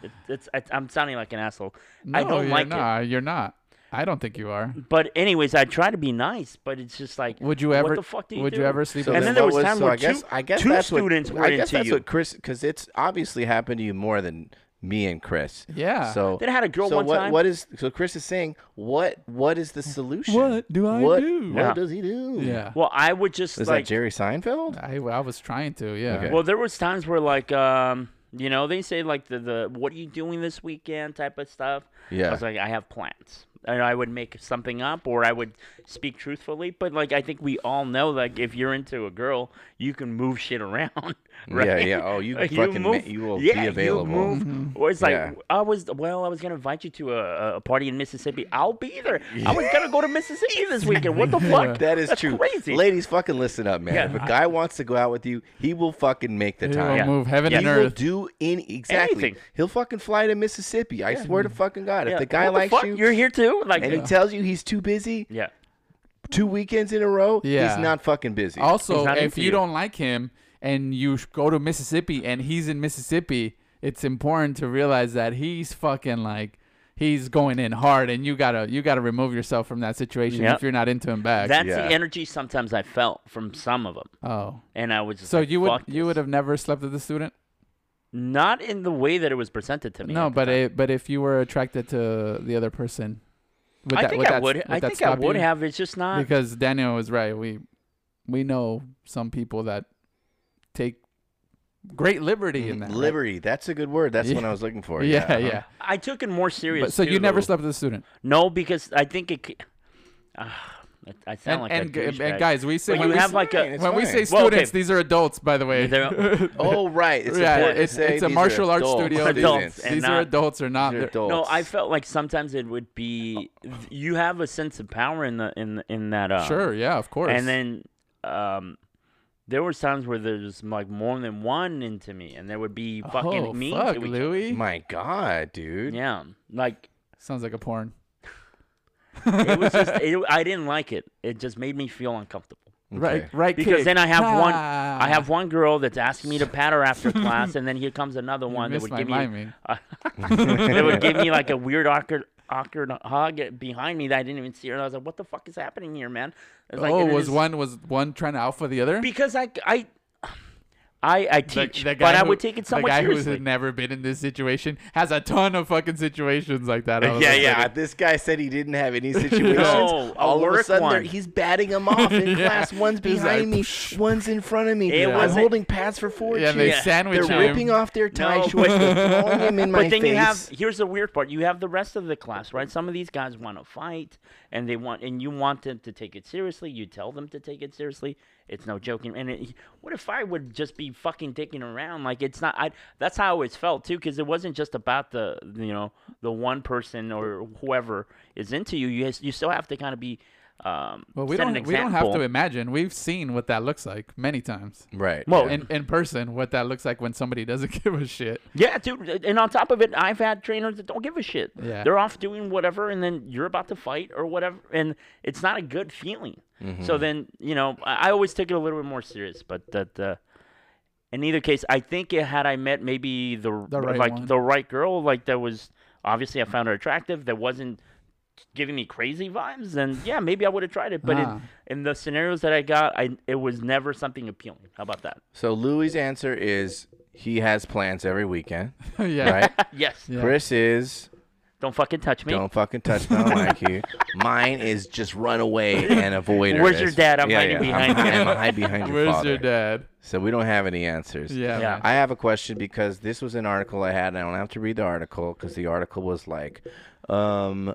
Speaker 2: it, it's I, i'm sounding like an asshole i don't
Speaker 3: you're
Speaker 2: like it
Speaker 3: not. You're not. I don't think you are.
Speaker 2: but anyways i try to be nice but it's just like
Speaker 3: Would you
Speaker 2: what
Speaker 3: ever?
Speaker 2: the fuck do you
Speaker 3: would
Speaker 2: do?
Speaker 3: you ever sleep?
Speaker 1: So
Speaker 3: with-
Speaker 2: and then there
Speaker 1: what
Speaker 2: was time
Speaker 1: so
Speaker 2: where
Speaker 1: I guess
Speaker 2: two-
Speaker 1: I guess
Speaker 2: two
Speaker 1: that's
Speaker 2: students
Speaker 1: what,
Speaker 2: were
Speaker 1: I guess
Speaker 2: into
Speaker 1: that's
Speaker 2: you.
Speaker 1: what Chris because it's obviously happened to you more than me and Chris.
Speaker 3: yeah.
Speaker 1: So
Speaker 2: Then I had a girl
Speaker 1: so
Speaker 2: one
Speaker 1: what,
Speaker 2: time-
Speaker 1: What is so Chris is saying? What what is the solution?
Speaker 3: What do I
Speaker 1: What-
Speaker 3: do?
Speaker 1: What
Speaker 2: Yeah.
Speaker 1: does he do?
Speaker 3: yeah.
Speaker 2: well i would just
Speaker 1: Is
Speaker 2: like
Speaker 1: that Jerry Seinfeld?
Speaker 3: I, I was trying to. Yeah.
Speaker 1: Okay.
Speaker 2: Well, there was times where like um, you know, they say like the the what are you doing this weekend type of stuff.
Speaker 1: Yeah.
Speaker 2: I was like, I have plans. I, I would make something up or I would speak truthfully. But like I think we all know, like if you're into a girl, you can move shit around, right?
Speaker 1: Yeah, yeah. Oh, you
Speaker 2: Like,
Speaker 1: fucking ma- you will be
Speaker 2: yeah,
Speaker 1: available.
Speaker 2: You move. Or it's like
Speaker 1: Yeah.
Speaker 2: I was well, I was gonna invite you to a, a party in Mississippi. I'll be there. I was gonna go to Mississippi this weekend. What the fuck?
Speaker 1: That is
Speaker 2: That's
Speaker 1: true.
Speaker 2: Crazy.
Speaker 1: Ladies, fucking listen up, man.
Speaker 2: Yeah,
Speaker 1: if a
Speaker 2: I-
Speaker 1: guy wants to go out with you, he will fucking make the
Speaker 3: He
Speaker 1: time.
Speaker 3: will
Speaker 2: Yeah.
Speaker 3: move heaven
Speaker 2: Yeah.
Speaker 3: and
Speaker 1: He will
Speaker 3: earth.
Speaker 1: do any exactly.
Speaker 2: Anything.
Speaker 1: He'll fucking fly to Mississippi. I swear to fucking God,
Speaker 2: Yeah.
Speaker 1: if the guy
Speaker 2: What
Speaker 1: likes
Speaker 2: fuck?
Speaker 1: you
Speaker 2: you're here too. Like
Speaker 1: and he tells you he's too busy,
Speaker 2: yeah,
Speaker 1: two weekends in a row,
Speaker 3: Yeah.
Speaker 1: he's not fucking busy.
Speaker 3: Also,
Speaker 2: He's not
Speaker 3: if
Speaker 2: into
Speaker 3: you,
Speaker 2: you.
Speaker 3: don't like him and you sh- go to Mississippi and he's in Mississippi, it's important to realize that he's fucking like he's going in hard, and you gotta you gotta remove yourself from that situation
Speaker 2: Yep.
Speaker 3: if you're not into him back.
Speaker 2: that's
Speaker 1: Yeah.
Speaker 2: the energy sometimes I felt from some of them,
Speaker 3: oh,
Speaker 2: and I was just
Speaker 3: so
Speaker 2: like,
Speaker 3: you would
Speaker 2: fuck
Speaker 3: you
Speaker 2: this.
Speaker 3: would have never slept with a student?
Speaker 2: not in the way that it was presented to me.
Speaker 3: no,
Speaker 2: at the
Speaker 3: but
Speaker 2: time.
Speaker 3: it, but if you were attracted to the other person, would
Speaker 2: I
Speaker 3: that,
Speaker 2: think
Speaker 3: would
Speaker 2: I
Speaker 3: that,
Speaker 2: would.
Speaker 3: would
Speaker 2: I
Speaker 3: that
Speaker 2: think I
Speaker 3: stop
Speaker 2: would
Speaker 3: you?
Speaker 2: have. It's just not.
Speaker 3: because Daniel is right. We we know some people that take great liberty in that. right?
Speaker 1: Liberty. That's a good word. That's
Speaker 3: Yeah.
Speaker 1: what I was looking for.
Speaker 3: Yeah, yeah.
Speaker 1: uh-huh.
Speaker 2: I took it more serious.
Speaker 3: But, so
Speaker 2: too,
Speaker 3: you never
Speaker 2: though.
Speaker 3: slept with a student.
Speaker 2: No, because I think it. c- Ah, I I sound
Speaker 3: And,
Speaker 2: like
Speaker 3: and,
Speaker 2: a
Speaker 3: g- and
Speaker 2: douchebag.
Speaker 3: guys, we say
Speaker 2: But
Speaker 3: when,
Speaker 2: you
Speaker 3: we,
Speaker 2: have
Speaker 3: s-
Speaker 2: like a.
Speaker 1: It's
Speaker 3: when we
Speaker 1: fine.
Speaker 3: say
Speaker 2: Well,
Speaker 3: students,
Speaker 2: okay.
Speaker 3: these are adults, by the way.
Speaker 2: They're-
Speaker 1: Oh right. It's
Speaker 3: yeah,
Speaker 1: important to
Speaker 3: it's,
Speaker 1: say
Speaker 3: it's a
Speaker 1: these are
Speaker 3: martial arts
Speaker 1: adult
Speaker 3: studio.
Speaker 1: students.
Speaker 2: Adults and
Speaker 3: these are
Speaker 2: not-
Speaker 3: adults or not.
Speaker 1: These are
Speaker 3: they're-
Speaker 1: adults.
Speaker 2: No, I felt like sometimes it would be you have a sense of power in the in in that. Um,
Speaker 3: Sure, yeah, of course.
Speaker 2: And then, um, there was times where there's like more than one into me, and there would be fucking
Speaker 3: oh,
Speaker 2: me.
Speaker 3: fuck,
Speaker 2: to each-
Speaker 3: Louis.
Speaker 1: My God, dude.
Speaker 2: Yeah, like
Speaker 3: Sounds like a porn.
Speaker 2: it was just it, I didn't like it. It just made me feel uncomfortable.
Speaker 1: Okay.
Speaker 3: Right, right.
Speaker 2: Because
Speaker 3: kick.
Speaker 2: then I have one-
Speaker 3: Ah.
Speaker 2: I have one girl that's asking me to pat her after class, and then here comes another
Speaker 3: You
Speaker 2: one that
Speaker 3: missed
Speaker 2: would
Speaker 3: my
Speaker 2: give me
Speaker 3: miming.
Speaker 2: that would give me like a weird awkward awkward hug behind me that I didn't even see her. And I was like, "What the fuck is happening here, man?" It like,
Speaker 3: oh,
Speaker 2: and it
Speaker 3: was
Speaker 2: is-
Speaker 3: one was one trying to alpha the other?
Speaker 2: because I I I, I teach,
Speaker 3: the
Speaker 2: but
Speaker 3: guy
Speaker 2: I
Speaker 3: who-
Speaker 2: would take it
Speaker 3: the
Speaker 2: somewhat
Speaker 3: guy
Speaker 2: seriously.
Speaker 3: who's never been in this situation has a ton of fucking situations like that. I was
Speaker 1: Yeah,
Speaker 3: like,
Speaker 1: yeah. This guy said he didn't have any situations.
Speaker 2: No, a
Speaker 1: All of a
Speaker 2: work
Speaker 1: sudden, they're-
Speaker 2: one.
Speaker 1: he's batting them off in class. One's
Speaker 3: He's
Speaker 1: behind
Speaker 3: like,
Speaker 1: me, one's in front of me.
Speaker 2: It
Speaker 1: I'm
Speaker 2: wasn't-
Speaker 1: holding pads for fortune.
Speaker 3: Yeah, they
Speaker 2: Yeah.
Speaker 3: sandwich
Speaker 1: They're
Speaker 3: him.
Speaker 1: ripping off their tie
Speaker 2: No,
Speaker 1: shorts,
Speaker 2: but-
Speaker 1: they're throwing them in my
Speaker 2: but then
Speaker 1: face.
Speaker 2: you have here's the weird part. You have the rest of the class, right? Some of these guys want to fight, and they want, and you want them to take it seriously. You tell them to take it seriously. It's no joking. And it, what if I would just be fucking dicking around? Like it's not. I. That's how I always felt too, because it wasn't just about the you know the one person or whoever is into you. You you still have to kind of be. Um,
Speaker 3: Well, we
Speaker 2: set an
Speaker 3: don't. We don't have to
Speaker 2: example.
Speaker 3: imagine. We've seen what that looks like many times.
Speaker 1: right.
Speaker 2: Well,
Speaker 3: In, in person, what that looks like when somebody doesn't give a shit.
Speaker 2: Yeah, dude. And on top of it, I've had trainers that don't give a shit.
Speaker 3: Yeah.
Speaker 2: They're off doing whatever, and then you're about to fight or whatever, and it's not a good feeling. So
Speaker 3: Mm-hmm.
Speaker 2: then, you know, I, I always took it a little bit more serious. But that, uh, in either case, I think it, had I met maybe the,
Speaker 3: The right
Speaker 2: like
Speaker 3: one.
Speaker 2: the right girl, like that was obviously I found her attractive, that wasn't giving me crazy vibes, then yeah, maybe I would have tried it. But
Speaker 3: Ah.
Speaker 2: in, in the scenarios that I got, I it was never something appealing. How about that?
Speaker 1: So Louis' answer is he has plans every weekend,
Speaker 3: yeah.
Speaker 1: right?
Speaker 2: Yes.
Speaker 3: Yeah.
Speaker 1: Chris is
Speaker 2: Don't fucking touch me.
Speaker 1: don't fucking touch me, I don't like you. Mine is just run away and avoid her.
Speaker 2: Where's your
Speaker 1: It's-
Speaker 2: dad? I'm
Speaker 1: yeah,
Speaker 2: hiding
Speaker 1: yeah,
Speaker 2: behind you.
Speaker 1: I'm, I'm hiding behind your
Speaker 3: Where's
Speaker 1: father.
Speaker 3: your dad?
Speaker 1: So we don't have any answers.
Speaker 3: Yeah.
Speaker 2: Yeah.
Speaker 3: man.
Speaker 1: I have a question because this was an article I had. And I don't have to read the article because the article was like, um,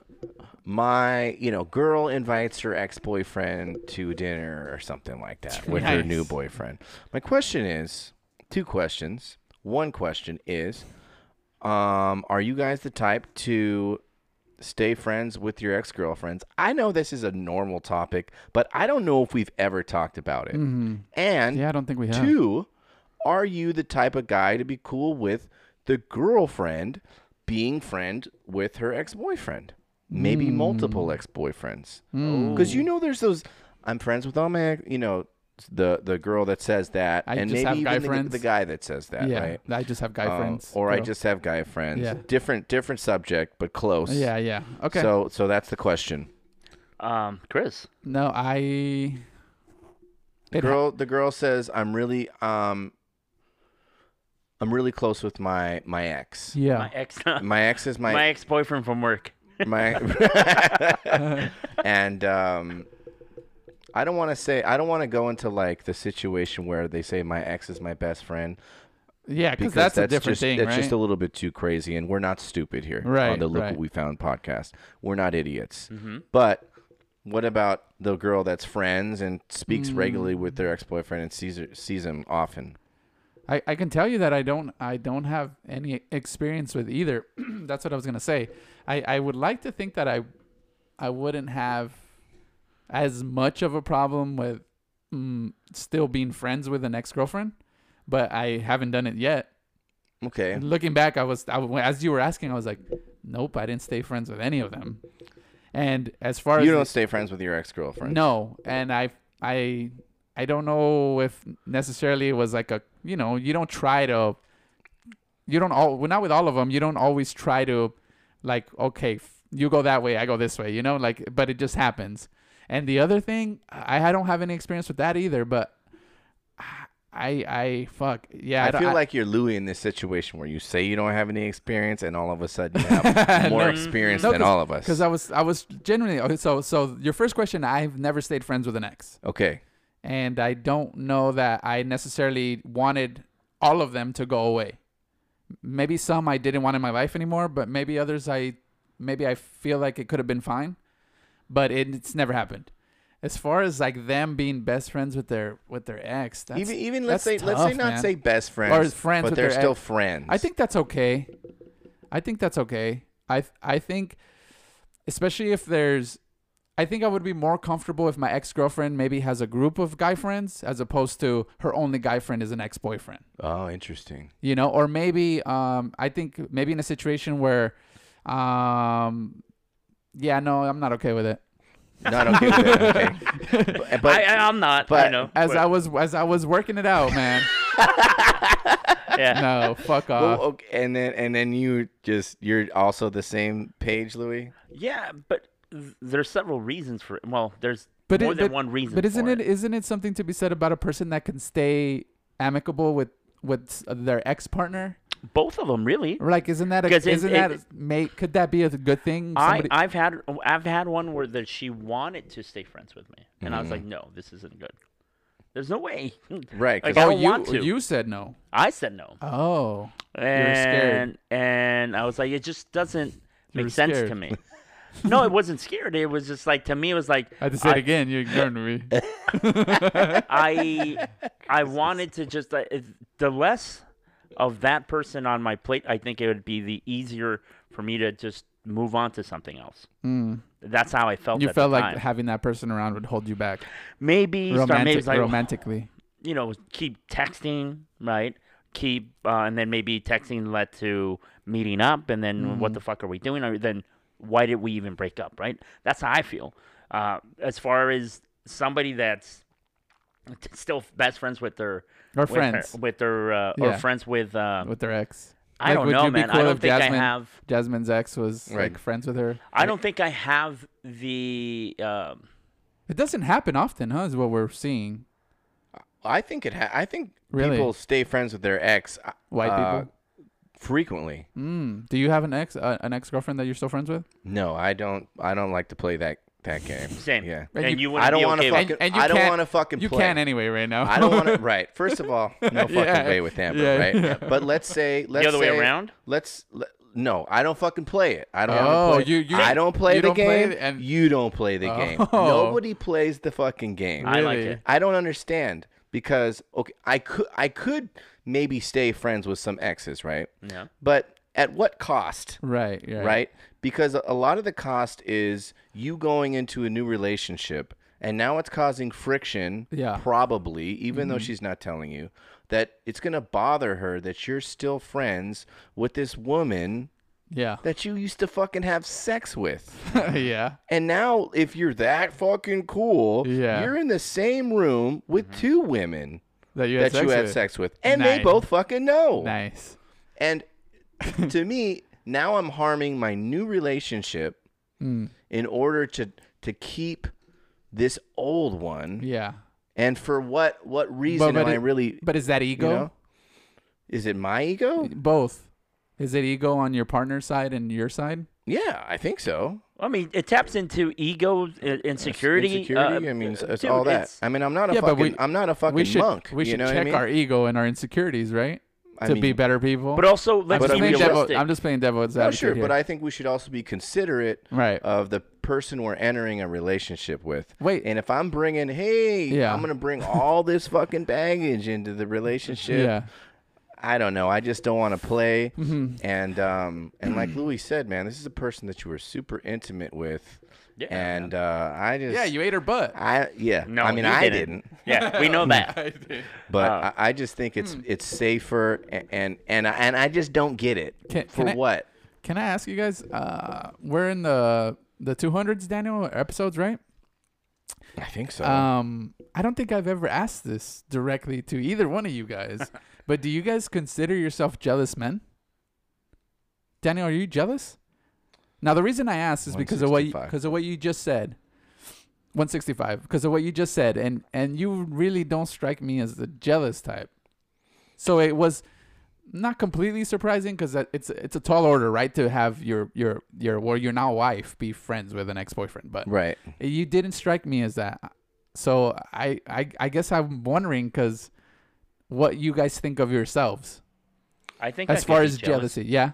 Speaker 1: my you know girl invites her ex boyfriend to dinner or something like that with her
Speaker 3: Nice.
Speaker 1: new boyfriend. My question is two questions. One question is, um, are you guys the type to stay friends with your ex girlfriends? I know this is a normal topic, but I don't know if we've ever talked about it. And
Speaker 3: Yeah, I don't think we have.
Speaker 1: Two, are you the type of guy to be cool with the girlfriend being friend with her ex boyfriend? Maybe
Speaker 3: Hmm.
Speaker 1: multiple ex boyfriends.
Speaker 3: Oh.
Speaker 2: Oh.
Speaker 1: Because you know there's those I'm friends with all my ex-" you know, the the girl that says that
Speaker 3: I
Speaker 1: and
Speaker 3: just
Speaker 1: maybe
Speaker 3: have guy
Speaker 1: even the,
Speaker 3: friends.
Speaker 1: the guy that says that,
Speaker 3: yeah.
Speaker 1: right?
Speaker 3: I just have guy
Speaker 1: Uh,
Speaker 3: friends.
Speaker 1: or I
Speaker 3: Girl.
Speaker 1: just have guy friends.
Speaker 3: Yeah.
Speaker 1: Different different subject, but close.
Speaker 3: Yeah. Yeah. Okay.
Speaker 1: So so that's the question.
Speaker 2: Um, Chris.
Speaker 3: no, I.
Speaker 1: The
Speaker 3: It ha-
Speaker 1: girl the girl says I'm really um I'm really close with my my ex.
Speaker 3: Yeah.
Speaker 2: My ex,
Speaker 1: My ex is
Speaker 2: my,
Speaker 1: my
Speaker 2: ex boyfriend from work.
Speaker 1: my and um I don't want to say I don't want to go into like the situation where they say my ex is my best friend
Speaker 3: Yeah, because Uh, that's, a different
Speaker 1: just,
Speaker 3: thing,
Speaker 1: That's
Speaker 3: right?
Speaker 1: just a little bit too crazy, and we're not stupid here on
Speaker 3: Right,
Speaker 1: the Look
Speaker 3: right.
Speaker 1: What We Found podcast. We're not idiots.
Speaker 2: Mm-hmm.
Speaker 1: But what about the girl that's friends and speaks
Speaker 3: Hmm.
Speaker 1: regularly with their ex-boyfriend and sees, her- sees him often?
Speaker 3: I, I can tell you that I don't I don't have any experience with either. That's what I was gonna say. I, I would like to think that I I wouldn't have as much of a problem with mm, still being friends with an ex girlfriend, but I haven't done it yet.
Speaker 1: Okay.
Speaker 3: And looking back, I was I, w- as you were asking, I was like, nope, I didn't stay friends with any of them. And as far as
Speaker 1: You
Speaker 3: the-
Speaker 1: don't stay friends with your ex-girlfriend.
Speaker 3: no, and I I I don't know if necessarily it was like a you know you don't try to you don't all well, not with all of them you don't always try to like okay f- you go that way I go this way you know like but it just happens. And the other thing I, I don't have any experience with that either, but I I fuck yeah
Speaker 1: I,
Speaker 3: don't-
Speaker 1: feel like you're Louis in this situation where you say you don't have any experience, and all of a sudden you have more
Speaker 3: No.
Speaker 1: experience
Speaker 3: No,
Speaker 1: than all of us.
Speaker 3: because I was I was genuinely okay, so so your first question I've never stayed friends with an ex.
Speaker 1: okay.
Speaker 3: and I don't know that I necessarily wanted all of them to go away. Maybe some I didn't want in my life anymore, but maybe others I maybe I feel like it could have been fine, but it, it's never happened. As far as like them being best friends with their with their ex, that's,
Speaker 1: even even let's say
Speaker 3: that's
Speaker 1: let's say
Speaker 3: tough,
Speaker 1: not
Speaker 3: man.
Speaker 1: say best friends,
Speaker 3: Or friends
Speaker 1: but
Speaker 3: with
Speaker 1: they're
Speaker 3: their
Speaker 1: still
Speaker 3: ex.
Speaker 1: friends.
Speaker 3: I think that's okay. I think that's okay. I th- I think, especially if there's, I think I would be more comfortable if my ex girlfriend maybe has a group of guy friends as opposed to her only guy friend is an ex boyfriend.
Speaker 1: Oh, interesting.
Speaker 3: You know, or maybe um, I think maybe in a situation where, um, yeah, no, I'm not okay with it.
Speaker 1: Not okay. with that, okay. But, but uh,
Speaker 2: I, I, I'm not.
Speaker 1: but
Speaker 2: I know.
Speaker 3: As
Speaker 2: but-
Speaker 3: I was as I was working it out, man.
Speaker 2: yeah.
Speaker 3: No, fuck
Speaker 1: well,
Speaker 3: off.
Speaker 1: okay, and then and then you just you're also the same page, Louis.
Speaker 2: Yeah, but th- there's several reasons for it. Well, there's
Speaker 3: but
Speaker 2: more
Speaker 3: it-
Speaker 2: than
Speaker 3: but-
Speaker 2: one reason.
Speaker 3: But isn't
Speaker 2: for
Speaker 3: it isn't it something to be said about a person that can stay amicable with with s- their ex partner?
Speaker 2: Both of them, really.
Speaker 3: Like, isn't that a,
Speaker 2: Because
Speaker 3: isn't
Speaker 2: it-
Speaker 3: that
Speaker 2: it-
Speaker 3: mate? Could that be a good thing? Somebody-
Speaker 2: I I've had I've had one where that she wanted to stay friends with me, and I was like,
Speaker 1: Mm-hmm.
Speaker 2: no, this isn't good. There's no way.
Speaker 1: Right,
Speaker 2: Like,
Speaker 1: 'cause-
Speaker 2: I
Speaker 3: oh,
Speaker 2: don't
Speaker 3: you
Speaker 2: want to.
Speaker 3: you said no.
Speaker 2: I said no,
Speaker 3: Oh, were scared.
Speaker 2: and and I was like, it just doesn't
Speaker 3: were
Speaker 2: make sense to
Speaker 3: scared.
Speaker 2: me. no, it wasn't scared. It was just like to me, it was like
Speaker 3: I had to say it again. You ignored me.
Speaker 2: I I wanted to just uh, if- the less of that person on my plate, I think it would be the easier for me to just move on to something else. That's how I felt.
Speaker 3: Hmm. You
Speaker 2: at
Speaker 3: felt
Speaker 2: the
Speaker 3: like
Speaker 2: time.
Speaker 3: having that person around would hold you back,
Speaker 2: maybe start maybe
Speaker 3: romantic,
Speaker 2: it's like
Speaker 3: romantically.
Speaker 2: you know keep texting right. Keep uh, and then maybe texting led to meeting up, and then
Speaker 3: Hmm.
Speaker 2: what the fuck are we doing? Or then why did we even break up? Right? That's how I feel. Uh, as far as somebody that's t- still best friends with their
Speaker 3: Or
Speaker 2: with her-
Speaker 3: friends
Speaker 2: with their uh,
Speaker 3: Yeah.
Speaker 2: or friends with. Uh,
Speaker 3: with their ex.
Speaker 2: I
Speaker 3: Like,
Speaker 2: don't
Speaker 3: would
Speaker 2: know,
Speaker 3: you be
Speaker 2: man.
Speaker 3: cool
Speaker 2: I don't
Speaker 3: if
Speaker 2: think I
Speaker 3: Jasmine-
Speaker 2: have.
Speaker 3: Jasmine's ex was
Speaker 1: Right.
Speaker 3: like friends with her.
Speaker 2: I don't think I have the. um
Speaker 3: It doesn't happen often, huh? Is what we're seeing.
Speaker 1: I think it. Ha- I think
Speaker 3: Really?
Speaker 1: people stay friends with their ex uh,
Speaker 3: White
Speaker 1: uh,
Speaker 3: people.
Speaker 1: frequently.
Speaker 3: Mm. Do you have an ex, uh, an ex girlfriend that you're still friends with?
Speaker 1: No, I don't. I don't like to play that that game.
Speaker 2: same.
Speaker 1: Yeah.
Speaker 2: And,
Speaker 3: And you-
Speaker 2: you, wouldn't
Speaker 1: I don't
Speaker 2: be
Speaker 1: want
Speaker 2: okay
Speaker 1: to
Speaker 2: with-
Speaker 1: fucking.
Speaker 3: And- and you
Speaker 1: I don't
Speaker 3: can't-
Speaker 1: want to fucking.
Speaker 3: You
Speaker 1: play.
Speaker 3: can anyway right now.
Speaker 1: I don't want to. Right. First of all, no fucking
Speaker 3: Yeah.
Speaker 1: way with Amber.
Speaker 3: Yeah.
Speaker 1: Right. But let's say let's
Speaker 2: other way
Speaker 1: say-
Speaker 2: around?
Speaker 1: Let's. Let, no, I don't fucking play it. I don't.
Speaker 3: Oh,
Speaker 1: wanna play,
Speaker 3: you- you-
Speaker 1: I don't play
Speaker 3: you
Speaker 1: the
Speaker 3: don't play
Speaker 1: game.
Speaker 3: it and-
Speaker 1: you don't play the game.
Speaker 3: Oh.
Speaker 1: Nobody plays the fucking game.
Speaker 2: I like
Speaker 3: Really?
Speaker 2: it.
Speaker 1: I don't understand because okay, I could I could maybe stay friends with some exes, right?
Speaker 2: Yeah.
Speaker 1: But at what cost?
Speaker 3: Right. Yeah.
Speaker 1: right? Because a- a lot of the cost is you going into a new relationship, and now it's causing friction.
Speaker 3: Yeah. Mm-hmm.
Speaker 1: probably, even though she's not telling you that it's gonna bother her that you're still friends with this woman
Speaker 3: Yeah.
Speaker 1: that you used to fucking have sex with.
Speaker 3: yeah.
Speaker 1: And now, if you're that fucking cool,
Speaker 3: Yeah.
Speaker 1: you're in the same room with two women
Speaker 3: That you had
Speaker 1: that
Speaker 3: sex
Speaker 1: you had
Speaker 3: with.
Speaker 1: sex with, and they
Speaker 3: Nice.
Speaker 1: both fucking know.
Speaker 3: Nice.
Speaker 1: And to me, now I'm harming my new relationship
Speaker 3: Hmm.
Speaker 1: in order to to keep this old one.
Speaker 3: Yeah.
Speaker 1: And for what what reason
Speaker 3: but
Speaker 1: am I
Speaker 3: it-
Speaker 1: really
Speaker 3: But is that ego?
Speaker 1: know? is it my ego?
Speaker 3: Both. Is it ego on your partner's side and your side?
Speaker 1: Yeah, I think so.
Speaker 2: I mean, it taps into ego, i- insecurity.
Speaker 1: Insecurity,
Speaker 2: uh,
Speaker 1: I mean, it's,
Speaker 2: uh,
Speaker 1: it's
Speaker 2: dude,
Speaker 1: all that.
Speaker 2: it's-
Speaker 1: I mean, I'm not a
Speaker 3: Yeah, but
Speaker 1: fucking
Speaker 3: we-
Speaker 1: I'm not a fucking
Speaker 3: we should
Speaker 1: monk.
Speaker 3: we should
Speaker 1: you know
Speaker 3: check
Speaker 1: what I mean?
Speaker 3: our ego and our insecurities, right?
Speaker 1: I
Speaker 3: to
Speaker 1: mean,
Speaker 3: be better people.
Speaker 2: But also,
Speaker 3: I'm,
Speaker 2: let's
Speaker 1: But
Speaker 3: just
Speaker 1: uh,
Speaker 2: be
Speaker 3: playing
Speaker 1: mean,
Speaker 3: devil,
Speaker 2: realistic.
Speaker 3: I'm just playing devil's
Speaker 1: no,
Speaker 3: advocate
Speaker 1: sure,
Speaker 3: here.
Speaker 1: but uh, I think we should also be considerate
Speaker 3: right.
Speaker 1: of the person we're entering a relationship with.
Speaker 3: Wait.
Speaker 1: and if I'm bringing, hey,
Speaker 3: Yeah.
Speaker 1: I'm gonna bring all this fucking baggage into the relationship.
Speaker 3: yeah. Mm-hmm.
Speaker 1: I don't know. I just don't want to play. And um, and like Louis said, man, this is a person that you were super intimate with.
Speaker 2: Yeah.
Speaker 1: And uh, I just
Speaker 3: Yeah, you ate her butt.
Speaker 1: I yeah.
Speaker 2: No,
Speaker 1: I mean,
Speaker 2: you
Speaker 1: I
Speaker 2: didn't.
Speaker 1: didn't
Speaker 2: yeah, we know that.
Speaker 1: but
Speaker 2: Uh,
Speaker 1: I, I just think
Speaker 3: Hmm.
Speaker 1: it's it's safer and and and I, and I just don't get it
Speaker 3: Can-
Speaker 1: for
Speaker 3: can I-
Speaker 1: what
Speaker 3: Can I ask you guys? Uh, we're in the the 200s, Daniel episodes, right?
Speaker 1: I think so.
Speaker 3: Um, I don't think I've ever asked this directly to either one of you guys. but do you guys consider yourself jealous men? Daniel, are you jealous? Now the reason I asked is because of what
Speaker 1: $165.
Speaker 3: because of what you just said. 165 because of what you just said and and you really don't strike me as the jealous type. So it was not completely surprising because it's it's a tall order, right, to have your your your or your now wife be friends with an ex-boyfriend, but
Speaker 1: right.
Speaker 3: you didn't strike me as that. So I I, I guess I'm wondering because what you guys think of yourselves
Speaker 2: I think I
Speaker 3: as
Speaker 2: could
Speaker 3: far
Speaker 2: be
Speaker 3: as jealousy. Yeah.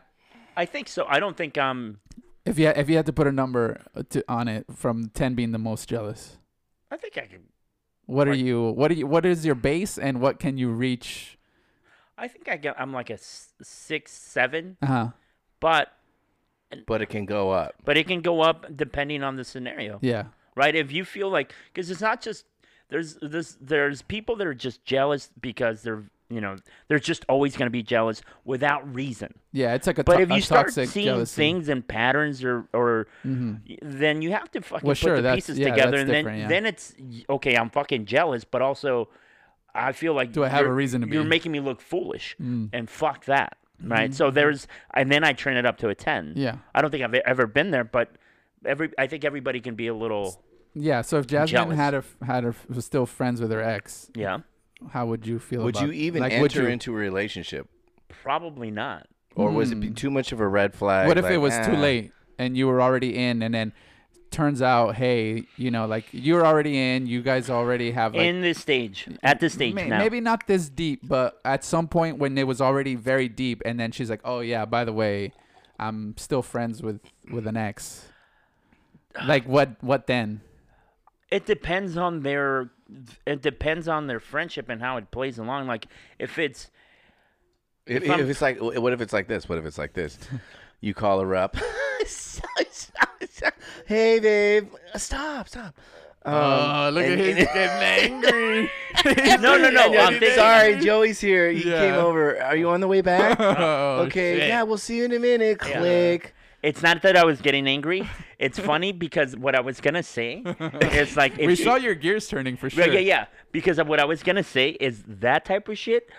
Speaker 2: I think so. I don't think um.
Speaker 3: If you if you had to put a number uh, to, on it from ten being the most jealous,
Speaker 2: I think I could.
Speaker 3: what are
Speaker 2: Like-
Speaker 3: you? What are you? What is your base and what can you reach?
Speaker 2: I think I get. I'm like a s- six, seven,
Speaker 3: Uh huh.
Speaker 2: but
Speaker 1: But it can go up.
Speaker 2: but it can go up depending on the scenario,
Speaker 3: Yeah.
Speaker 2: right? If you feel like, because it's not just there's this there's people that are just jealous because they're you know they're just always going to be jealous without reason.
Speaker 3: Yeah. It's like a.
Speaker 2: But
Speaker 3: to-
Speaker 2: if
Speaker 3: a
Speaker 2: you start
Speaker 3: toxic
Speaker 2: seeing
Speaker 3: jealousy. Mm-hmm.
Speaker 2: things and patterns, or or then you have to fucking
Speaker 3: Well,
Speaker 2: put
Speaker 3: sure,
Speaker 2: the
Speaker 3: that's-
Speaker 2: pieces
Speaker 3: yeah,
Speaker 2: together,
Speaker 3: that's
Speaker 2: and then
Speaker 3: different, yeah.
Speaker 2: then it's y- okay. I'm fucking jealous, but also I feel like
Speaker 3: Do I have a
Speaker 2: you're-
Speaker 3: reason to be? Mm.
Speaker 2: You're making me look foolish, and fuck that, right? So there's, and then I turn it up to a ten.
Speaker 3: Mm-hmm. Yeah.
Speaker 2: I don't think I've e- ever been there, but every I think everybody can be a little,
Speaker 3: Yeah. So if Jasmine
Speaker 2: Jealous.
Speaker 3: had a f- had a f- was still friends with her ex,
Speaker 2: yeah,
Speaker 3: how would you feel?
Speaker 1: Would
Speaker 3: about-
Speaker 1: you even
Speaker 3: like, would
Speaker 1: enter
Speaker 3: you-
Speaker 1: into a relationship,
Speaker 2: probably not.
Speaker 1: or was it be too much of a red flag?
Speaker 3: Hmm. What if
Speaker 1: like,
Speaker 3: it was too
Speaker 1: ah,
Speaker 3: late and you were already in, and then turns out, hey, you know, like you're already in, you guys already have like.
Speaker 2: In this stage, at this stage
Speaker 3: may-
Speaker 2: now,
Speaker 3: Maybe not this deep, but at some point when it was already very deep, and then she's like, "Oh yeah, by the way, I'm still friends with with an ex." Like what? What then?
Speaker 2: it depends on their it depends on their friendship and how it plays along. Like if it's
Speaker 1: If,
Speaker 2: If I'm-
Speaker 1: if it's like, what if it's like this? What if it's like this? You call her up. hey, babe, stop, stop. Um,
Speaker 3: Oh,
Speaker 1: and- and-
Speaker 3: angry.
Speaker 2: no no no, I'm thinking,
Speaker 1: Sorry, Joey's here. He
Speaker 3: Yeah.
Speaker 1: came over. Are you on the way back?
Speaker 3: Oh,
Speaker 1: okay,
Speaker 3: shit.
Speaker 1: yeah, we'll see you in a minute. Click.
Speaker 2: It's not that I was getting angry. It's funny because what I was gonna say is like if
Speaker 3: We
Speaker 2: you-
Speaker 3: saw your gears turning for
Speaker 2: yeah,
Speaker 3: sure.
Speaker 2: yeah yeah because of what I was gonna say is that type of shit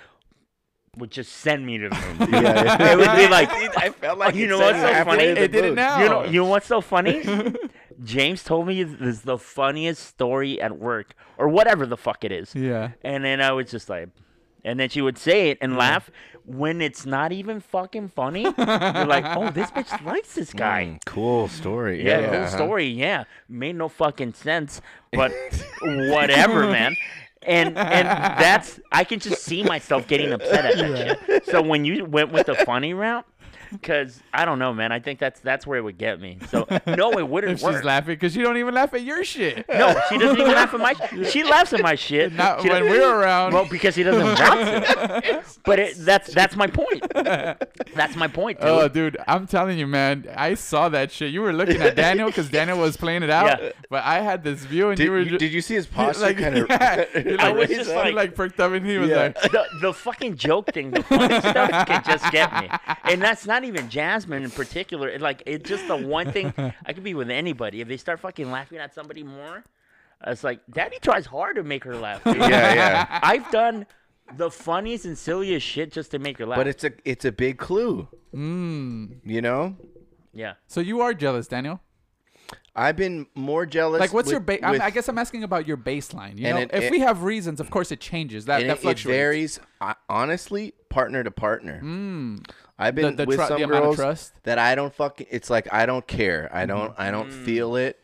Speaker 2: would just send me to the moon. dude.
Speaker 1: Yeah,
Speaker 2: It would be like
Speaker 1: I felt like
Speaker 2: you
Speaker 1: it
Speaker 2: know
Speaker 1: said
Speaker 2: what's so
Speaker 1: halfway
Speaker 2: funny?
Speaker 1: to the
Speaker 3: It did it
Speaker 1: moon.
Speaker 3: now.
Speaker 2: You know, you know what's so funny? James told me this is the funniest story at work or whatever the fuck it is.
Speaker 3: Yeah.
Speaker 2: And then I was just like, and then she would say it and laugh when it's not even fucking funny. You're like, oh, this bitch likes this guy.
Speaker 1: Mm, cool story.
Speaker 2: Yeah, cool
Speaker 1: uh-huh.
Speaker 2: story. Yeah, made no fucking sense, but whatever, man. And and that's I can just see myself getting upset at that shit. So when you went with the funny route, because I don't know, man. I think that's that's where it would get me. So no, it wouldn't
Speaker 3: If she's
Speaker 2: work.
Speaker 3: laughing because you don't even laugh at your shit.
Speaker 2: no, she doesn't even laugh at my. sh- She laughs at my shit.
Speaker 3: Not
Speaker 2: She
Speaker 3: when
Speaker 2: doesn't-
Speaker 3: we're around.
Speaker 2: well, because he doesn't want to. But it, that's that's my point. That's my point, dude.
Speaker 3: Oh, dude, I'm telling you, man. I saw that shit. You were looking at Daniel because Daniel was playing it out,
Speaker 2: Yeah.
Speaker 3: but I had this view, and
Speaker 1: Did
Speaker 3: you were
Speaker 1: you,
Speaker 3: ju-
Speaker 1: did you see his posture
Speaker 3: like,
Speaker 1: kind of?
Speaker 3: yeah, you
Speaker 2: I
Speaker 3: like,
Speaker 2: was just
Speaker 3: you
Speaker 2: like-
Speaker 3: perked up, and he was
Speaker 1: Yeah.
Speaker 3: like,
Speaker 2: the, the fucking joke thing, the funny stuff can just get me. And that's not even Jasmine in particular. It, like, it's just the one thing I could be with anybody. If they start fucking laughing at somebody more, it's like, Daddy tries hard to make her laugh. dude.
Speaker 1: yeah, yeah.
Speaker 2: I've done the funniest and silliest shit just to make her laugh.
Speaker 1: But it's a it's a big clue.
Speaker 3: Hmm.
Speaker 1: You know,
Speaker 2: yeah.
Speaker 3: "So you are jealous, Daniel?
Speaker 1: I've been more jealous.
Speaker 3: Like, what's
Speaker 1: with-
Speaker 3: your ba- I'm,
Speaker 1: with-
Speaker 3: I guess I'm asking about your baseline. You
Speaker 1: And
Speaker 3: know,
Speaker 1: it-
Speaker 3: if
Speaker 1: it-
Speaker 3: we have reasons, of course it changes. That
Speaker 1: and
Speaker 3: that
Speaker 1: it, it
Speaker 3: fluctuates. Hmm.
Speaker 1: varies uh, honestly, partner to partner. I've been
Speaker 3: The- the
Speaker 1: with
Speaker 3: tru- the
Speaker 1: some
Speaker 3: amount of
Speaker 1: girls
Speaker 3: trust?
Speaker 1: that I don't fucking. It's like I don't care. I don't. I don't feel it.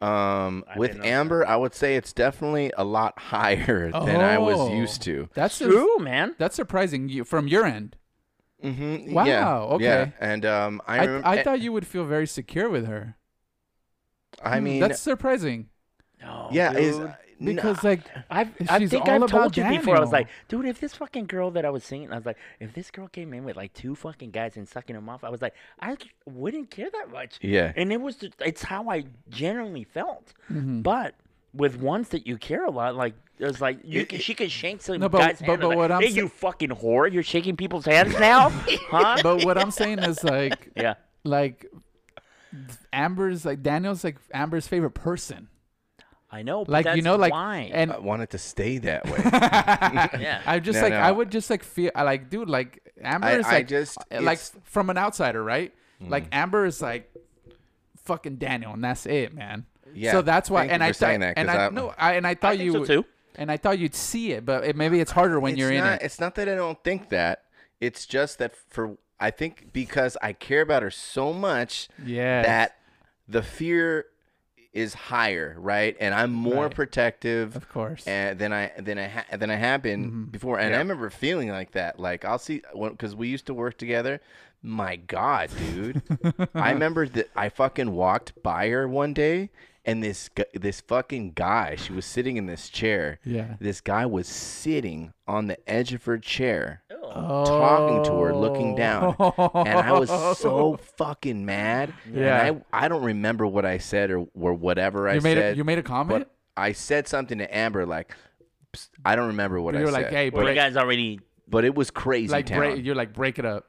Speaker 1: Um,
Speaker 2: Hmm. I
Speaker 1: with
Speaker 2: didn't know that.
Speaker 1: Amber, I would say it's definitely a lot higher than I was
Speaker 3: Oh,
Speaker 1: used to.
Speaker 3: That's sur-
Speaker 2: True, man.
Speaker 3: That's surprising you from your end.
Speaker 1: Mm-hmm. Yeah.
Speaker 3: Wow,
Speaker 1: Yeah.
Speaker 3: okay.
Speaker 1: And um, I,
Speaker 3: I,
Speaker 1: remem-
Speaker 3: I thought you would feel very secure with her.
Speaker 1: I
Speaker 3: Hmm,
Speaker 1: mean,
Speaker 3: that's surprising
Speaker 2: No,
Speaker 1: yeah, is
Speaker 2: dude.
Speaker 3: because like
Speaker 2: I've,
Speaker 3: If
Speaker 2: I
Speaker 3: she's
Speaker 2: think
Speaker 3: all
Speaker 2: I've
Speaker 3: about
Speaker 2: told you before. I was like,
Speaker 3: Daniel.
Speaker 2: dude, if this fucking girl that I was seeing, I was like, if this girl came in with like two fucking guys and sucking them off, I was like, I c- wouldn't care that much.
Speaker 1: yeah,
Speaker 2: And it was, just, it's how I generally felt.
Speaker 3: Mm-hmm.
Speaker 2: But with ones that you care a lot, like there's like you,
Speaker 1: It-
Speaker 2: can, she could shank some
Speaker 3: No, but-
Speaker 2: guy's
Speaker 3: but-
Speaker 2: hand.
Speaker 3: but
Speaker 2: like,
Speaker 3: what I'm
Speaker 2: hey,
Speaker 3: sa-
Speaker 2: you fucking whore, you're shaking people's hands now, huh?
Speaker 3: but what I'm saying is like
Speaker 2: yeah.
Speaker 3: like Amber's like Daniel's like Amber's favorite person.
Speaker 2: I know, but
Speaker 3: Like
Speaker 2: that's
Speaker 3: you know like
Speaker 2: why.
Speaker 3: and
Speaker 1: I want it to stay that way.
Speaker 2: Yeah.
Speaker 3: I just
Speaker 1: Oh. No,
Speaker 3: like
Speaker 1: no.
Speaker 3: I would just like feel I, like dude like Amber
Speaker 1: I-
Speaker 3: is
Speaker 1: I
Speaker 3: like
Speaker 1: just-
Speaker 3: uh, like
Speaker 1: it's- Hmm.
Speaker 3: from an outsider right like Amber is like fucking Daniel and that's it man
Speaker 1: Yeah,
Speaker 3: so that's why
Speaker 1: thank you
Speaker 3: and
Speaker 1: for
Speaker 3: I
Speaker 1: saying
Speaker 3: thought
Speaker 1: that,
Speaker 3: and
Speaker 1: 'cause
Speaker 3: I
Speaker 1: I-
Speaker 3: no I and I thought
Speaker 2: I
Speaker 3: you
Speaker 2: think so
Speaker 3: would-
Speaker 2: too.
Speaker 3: and I thought you'd see it but it, maybe it's harder when
Speaker 1: it's
Speaker 3: you're
Speaker 1: not,
Speaker 3: in it
Speaker 1: It's not that I don't think that. It's just that for I think because I care about her so much
Speaker 3: Yes.
Speaker 1: that the fear is higher, right? And I'm more
Speaker 3: Right.
Speaker 1: protective,
Speaker 3: Of course.
Speaker 1: and than I than I ha- than I have been
Speaker 3: Mm-hmm.
Speaker 1: before. And I remember feeling like that. Like I'll see because we used to work together. My God, dude! I remember that I fucking walked by her one day, and this gu- this fucking guy. She was sitting in this chair.
Speaker 3: Yeah.
Speaker 1: This guy was sitting on the edge of her chair
Speaker 3: oh.
Speaker 1: talking to her, looking down. And I was so fucking mad.
Speaker 3: Yeah.
Speaker 1: And I, I don't remember what I said or, or whatever I
Speaker 3: you made
Speaker 1: said.
Speaker 3: a, you made a comment
Speaker 1: but I said something to Amber like, "Psst, I don't remember what
Speaker 3: you
Speaker 1: I
Speaker 3: were
Speaker 1: said.
Speaker 3: like hey
Speaker 2: Well, you
Speaker 3: break,
Speaker 2: guys already.
Speaker 1: but it was crazy
Speaker 3: like
Speaker 1: town.
Speaker 3: break, you're like break it up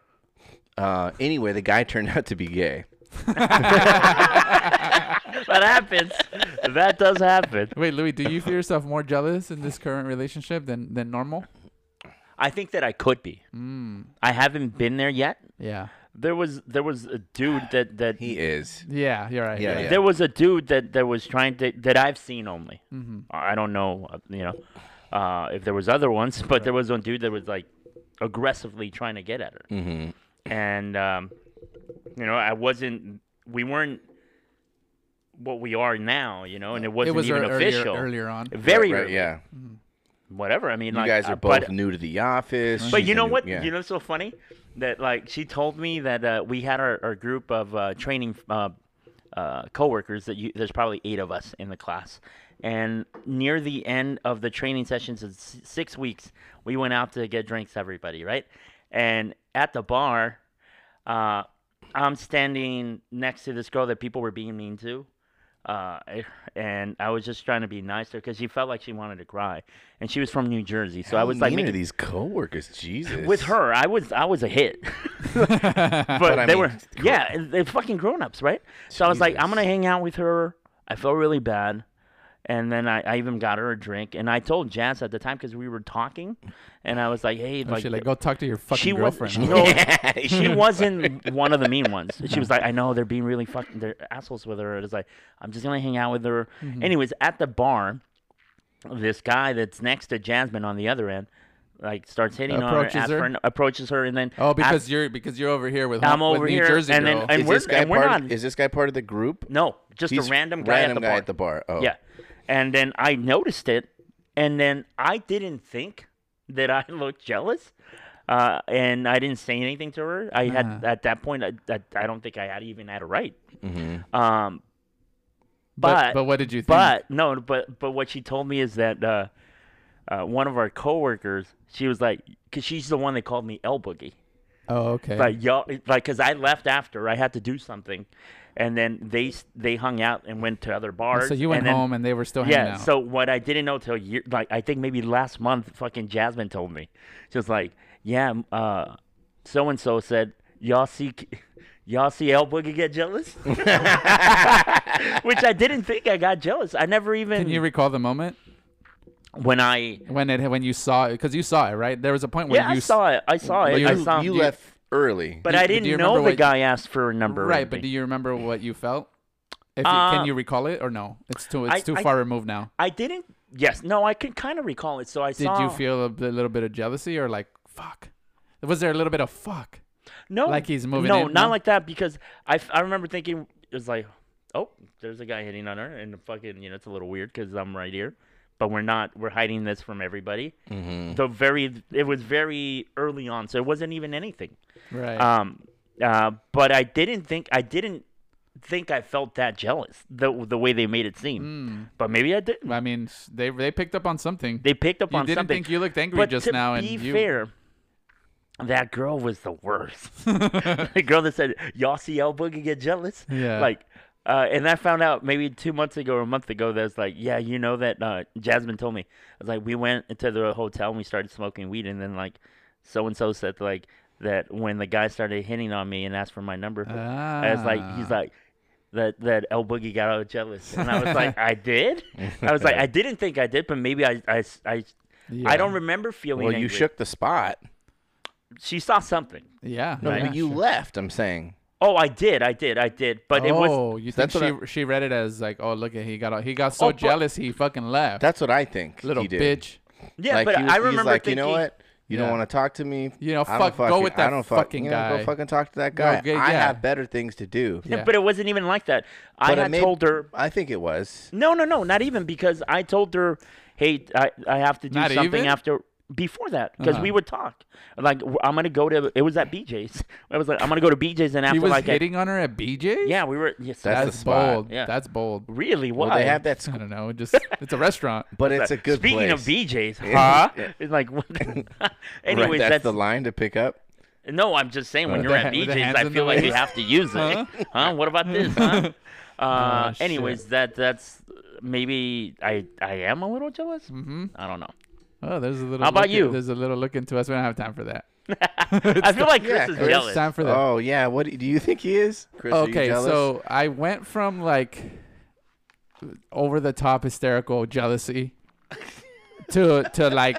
Speaker 1: uh, anyway, the guy turned out to be gay.
Speaker 2: That happens. that does happen.
Speaker 3: Wait, Louis, do you feel yourself more jealous in this current relationship than than normal?
Speaker 2: I think that I could be.
Speaker 1: Hmm.
Speaker 2: I haven't been there yet.
Speaker 3: Yeah.
Speaker 2: There was there was a dude that that
Speaker 1: He is.
Speaker 3: Yeah, you're right.
Speaker 1: Yeah, yeah.
Speaker 2: there was a dude that that was trying to that I've seen only.
Speaker 1: Mm-hmm.
Speaker 2: I I don't know, uh, you know, uh, if there was other ones, but there was one dude that was like aggressively trying to get at her,
Speaker 1: hmm
Speaker 2: and um, you know, I wasn't. We weren't what we are now, you know, and it
Speaker 3: It
Speaker 2: wasn't
Speaker 3: was
Speaker 2: even
Speaker 3: ear- earlier,
Speaker 2: official.
Speaker 3: earlier on.
Speaker 2: Very
Speaker 1: Right,
Speaker 2: early.
Speaker 1: yeah.
Speaker 2: Whatever. I mean,
Speaker 1: You
Speaker 2: like,
Speaker 1: guys
Speaker 2: uh,
Speaker 1: are both
Speaker 2: but-
Speaker 1: new to the office.
Speaker 2: But
Speaker 1: She's
Speaker 2: you
Speaker 1: a
Speaker 2: know
Speaker 1: new-
Speaker 2: what?
Speaker 1: Yeah.
Speaker 2: You know, what's so funny that like she told me that uh, we had our, our group of uh, training uh, uh, coworkers that you, there's probably eight of us in the class, and near the end of the training sessions, in s- six weeks, we went out to get drinks, everybody, right? And at the bar, uh, I'm standing next to this girl that people were being mean to. Uh, and I was just trying to be nice to her because she felt like she wanted to cry, and she was from New Jersey, so I was like,
Speaker 1: mean
Speaker 2: making
Speaker 1: to these coworkers, Jesus.
Speaker 2: with her, I was I was a hit, but,
Speaker 1: I
Speaker 2: they
Speaker 1: mean,
Speaker 2: were
Speaker 1: gr-
Speaker 2: yeah, and they're fucking grown ups, right? So I was like, I'm
Speaker 1: Jesus.
Speaker 2: gonna hang out with her. I felt really bad, and then I, I even got her a drink, and I told Jazz at the time because we were talking, and I was like, hey,
Speaker 3: Oh,
Speaker 2: like,
Speaker 3: shit, like, go talk to your fucking
Speaker 2: she was
Speaker 3: girlfriend.
Speaker 2: she,
Speaker 3: huh?
Speaker 2: no, she wasn't one of the mean ones. She was like, I know they're being really fucking they're assholes with her. It's like I'm just gonna hang out with her.
Speaker 3: Mm-hmm.
Speaker 2: Anyways, at the bar, this guy that's next to Jasmine on the other end, like starts hitting
Speaker 3: Approaches
Speaker 2: on her, asks
Speaker 3: her?
Speaker 2: for an- approaches her, and then
Speaker 3: oh,
Speaker 2: asks-
Speaker 3: because you're because you're over here with
Speaker 2: I'm
Speaker 3: home, with
Speaker 2: over
Speaker 3: New
Speaker 2: here,
Speaker 3: Jersey
Speaker 2: and then-
Speaker 3: girl.
Speaker 2: and
Speaker 1: is
Speaker 2: we're-
Speaker 1: this guy
Speaker 2: and we're
Speaker 1: part,
Speaker 2: not-
Speaker 1: Is this guy part of the group?
Speaker 2: no, just
Speaker 1: He's
Speaker 2: a random guy
Speaker 1: random
Speaker 2: at the
Speaker 1: guy
Speaker 2: bar.
Speaker 1: at the bar. Oh.
Speaker 2: Yeah, and then I noticed it, and then I didn't think that I looked jealous. Uh, and I didn't say anything to her. I had
Speaker 3: Uh-huh.
Speaker 2: at that point. I, I, I don't think I had even had a right.
Speaker 1: hmm
Speaker 2: Um,
Speaker 3: but,
Speaker 2: but-
Speaker 3: Mm-hmm. but what did you think?
Speaker 2: But no, but but what she told me is that uh, uh, one of our coworkers, she was like, because she's the one that called me El Boogie.
Speaker 3: oh, okay.
Speaker 2: Like y'all, like because I left after I had to do something, and then they s- they hung out and went to other bars.
Speaker 3: Oh, so you went
Speaker 2: and then-
Speaker 3: home and they were still hanging
Speaker 2: yeah.
Speaker 3: out.
Speaker 2: So what I didn't know till year, like I think maybe last month, fucking Jasmine told me, she was like, yeah, m- uh, so and so said y'all see. K- Y'all see El Boogie get jealous? Which I didn't think I got jealous. I never even
Speaker 3: Can you recall the moment
Speaker 2: when I
Speaker 3: when it when you saw it? Because you saw it, right? There was a point where
Speaker 2: yeah
Speaker 3: you
Speaker 2: I
Speaker 3: s-
Speaker 2: saw it I saw it
Speaker 3: you-
Speaker 2: I saw
Speaker 1: You
Speaker 2: you-
Speaker 1: left early.
Speaker 2: but
Speaker 3: you-
Speaker 2: I
Speaker 3: but do you
Speaker 2: didn't
Speaker 3: remember
Speaker 2: know the
Speaker 3: what-
Speaker 2: guy asked for a number or
Speaker 3: right. But
Speaker 2: anything.
Speaker 3: do you remember what you felt? If you,
Speaker 2: Uh,
Speaker 3: can you recall it or no? It's too it's
Speaker 2: I-
Speaker 3: too
Speaker 2: I-
Speaker 3: far removed now.
Speaker 2: I didn't yes no I could kind of recall it so I
Speaker 3: Did
Speaker 2: saw
Speaker 1: Oh.
Speaker 3: you feel a bit- little bit of jealousy or like fuck? Was there a little bit of fuck?
Speaker 2: no
Speaker 3: like he's moving
Speaker 2: no
Speaker 3: in
Speaker 2: not
Speaker 3: now?
Speaker 2: like that because I, f- I remember thinking it was like oh, there's a guy hitting on her, and the fucking, you know, it's a little weird because I'm right here, but we're not, we're hiding this from everybody. The very, it was very early on, so it wasn't even anything.
Speaker 3: Right.
Speaker 2: Um, uh, but I didn't think, I didn't think I felt that jealous the the way they made it seem.
Speaker 3: Mm.
Speaker 2: But maybe I did.
Speaker 3: I mean, s- they they picked up on something.
Speaker 2: They picked up
Speaker 3: You
Speaker 2: on
Speaker 3: didn't
Speaker 2: something.
Speaker 3: think you looked angry
Speaker 2: but
Speaker 3: just
Speaker 2: to
Speaker 3: now, and
Speaker 2: be
Speaker 3: you-
Speaker 2: fair, that girl was the worst. the girl that said, "Y'all see El Boogie get jealous."
Speaker 3: Yeah.
Speaker 2: Like, uh, and I found out maybe two months ago or a month ago that was like, yeah, you know that uh, Jasmine told me. I was like, we went into the hotel and we started smoking weed, and then like, so and so said like that when the guy started hitting on me and asked for my number, I was like, he's
Speaker 3: Ah.
Speaker 2: like. That, that El Boogie got all jealous, and I was like, I did. I was like, I didn't think I did, but maybe I, I, I I
Speaker 3: Yeah.
Speaker 2: don't remember feeling.
Speaker 1: Well, you
Speaker 2: angry.
Speaker 1: shook the spot.
Speaker 2: She saw something.
Speaker 3: Yeah.
Speaker 1: No,
Speaker 3: yeah,
Speaker 1: but you
Speaker 3: sure.
Speaker 1: left. I'm saying.
Speaker 2: Oh, I did, I did, I did. But it was.
Speaker 3: Oh, you think
Speaker 1: That's
Speaker 3: she
Speaker 1: what
Speaker 3: she read it as like, oh look at he got he got so
Speaker 2: Oh, but-
Speaker 3: jealous he fucking left.
Speaker 1: That's what I think.
Speaker 3: little
Speaker 1: he did.
Speaker 3: bitch.
Speaker 2: Yeah,
Speaker 1: Like,
Speaker 2: but
Speaker 1: he was-
Speaker 2: I
Speaker 1: he's
Speaker 2: remember
Speaker 1: like,
Speaker 2: thinking.
Speaker 1: you know what? You
Speaker 3: Yeah.
Speaker 1: don't want to talk to me.
Speaker 3: You know,
Speaker 1: I don't
Speaker 3: fuck, go
Speaker 1: fucking-
Speaker 3: with
Speaker 1: I
Speaker 3: that
Speaker 1: don't
Speaker 3: fucking
Speaker 1: you know,
Speaker 3: guy.
Speaker 1: Go fucking talk to that guy.
Speaker 3: g-
Speaker 1: I
Speaker 3: yeah.
Speaker 1: have better things to do.
Speaker 2: Yeah,
Speaker 3: Yeah.
Speaker 2: But it wasn't even like that. I
Speaker 1: But it
Speaker 2: had
Speaker 1: may-
Speaker 2: told her.
Speaker 1: I think it was.
Speaker 2: No, no, no, not even because I told her, hey, I, I have to do
Speaker 3: Not
Speaker 2: something
Speaker 3: even?
Speaker 2: after before that because we
Speaker 3: Uh-huh.
Speaker 2: would talk. Like w- I'm gonna go to. It was at BJ's. I was like, I'm gonna go to BJ's and after
Speaker 3: He was
Speaker 2: like. I-
Speaker 3: hitting on her at BJ.
Speaker 2: yeah, we were. Yes,
Speaker 1: That's
Speaker 3: that's,
Speaker 1: the spot.
Speaker 3: bold.
Speaker 2: Yeah.
Speaker 3: That's bold.
Speaker 2: really why.
Speaker 1: Well, they have that.
Speaker 3: I
Speaker 1: Sc-
Speaker 3: don't know. it Just it's a restaurant.
Speaker 1: but it's a good
Speaker 2: Speaking
Speaker 1: place.
Speaker 2: of BJ's,
Speaker 1: Yeah.
Speaker 2: huh? It's like, what-
Speaker 1: Right,
Speaker 2: anyways,
Speaker 1: that's,
Speaker 2: that's,
Speaker 1: the line to pick up.
Speaker 2: No, I'm just saying when
Speaker 3: With
Speaker 2: you're
Speaker 3: the
Speaker 2: at
Speaker 3: ha- with the
Speaker 2: BJ's,
Speaker 3: hands
Speaker 2: I
Speaker 3: in
Speaker 2: feel
Speaker 3: the
Speaker 2: like you
Speaker 3: waist.
Speaker 2: have to use it. huh? What about this? Huh? Uh,
Speaker 3: Oh, shit.
Speaker 2: anyways, that that's maybe I I am a little jealous. Mm-hmm. I don't know.
Speaker 3: Oh, there's a little.
Speaker 2: How about
Speaker 3: look in-
Speaker 2: you?
Speaker 3: there's a little look into us. We don't have time for that.
Speaker 2: I feel like
Speaker 1: yeah,
Speaker 2: Chris is
Speaker 1: Chris,
Speaker 2: jealous.
Speaker 3: It's time for that.
Speaker 1: Oh yeah, what do you think he is? Chris, are you
Speaker 3: okay,
Speaker 1: jealous?
Speaker 3: so I went from like over the top hysterical jealousy to to like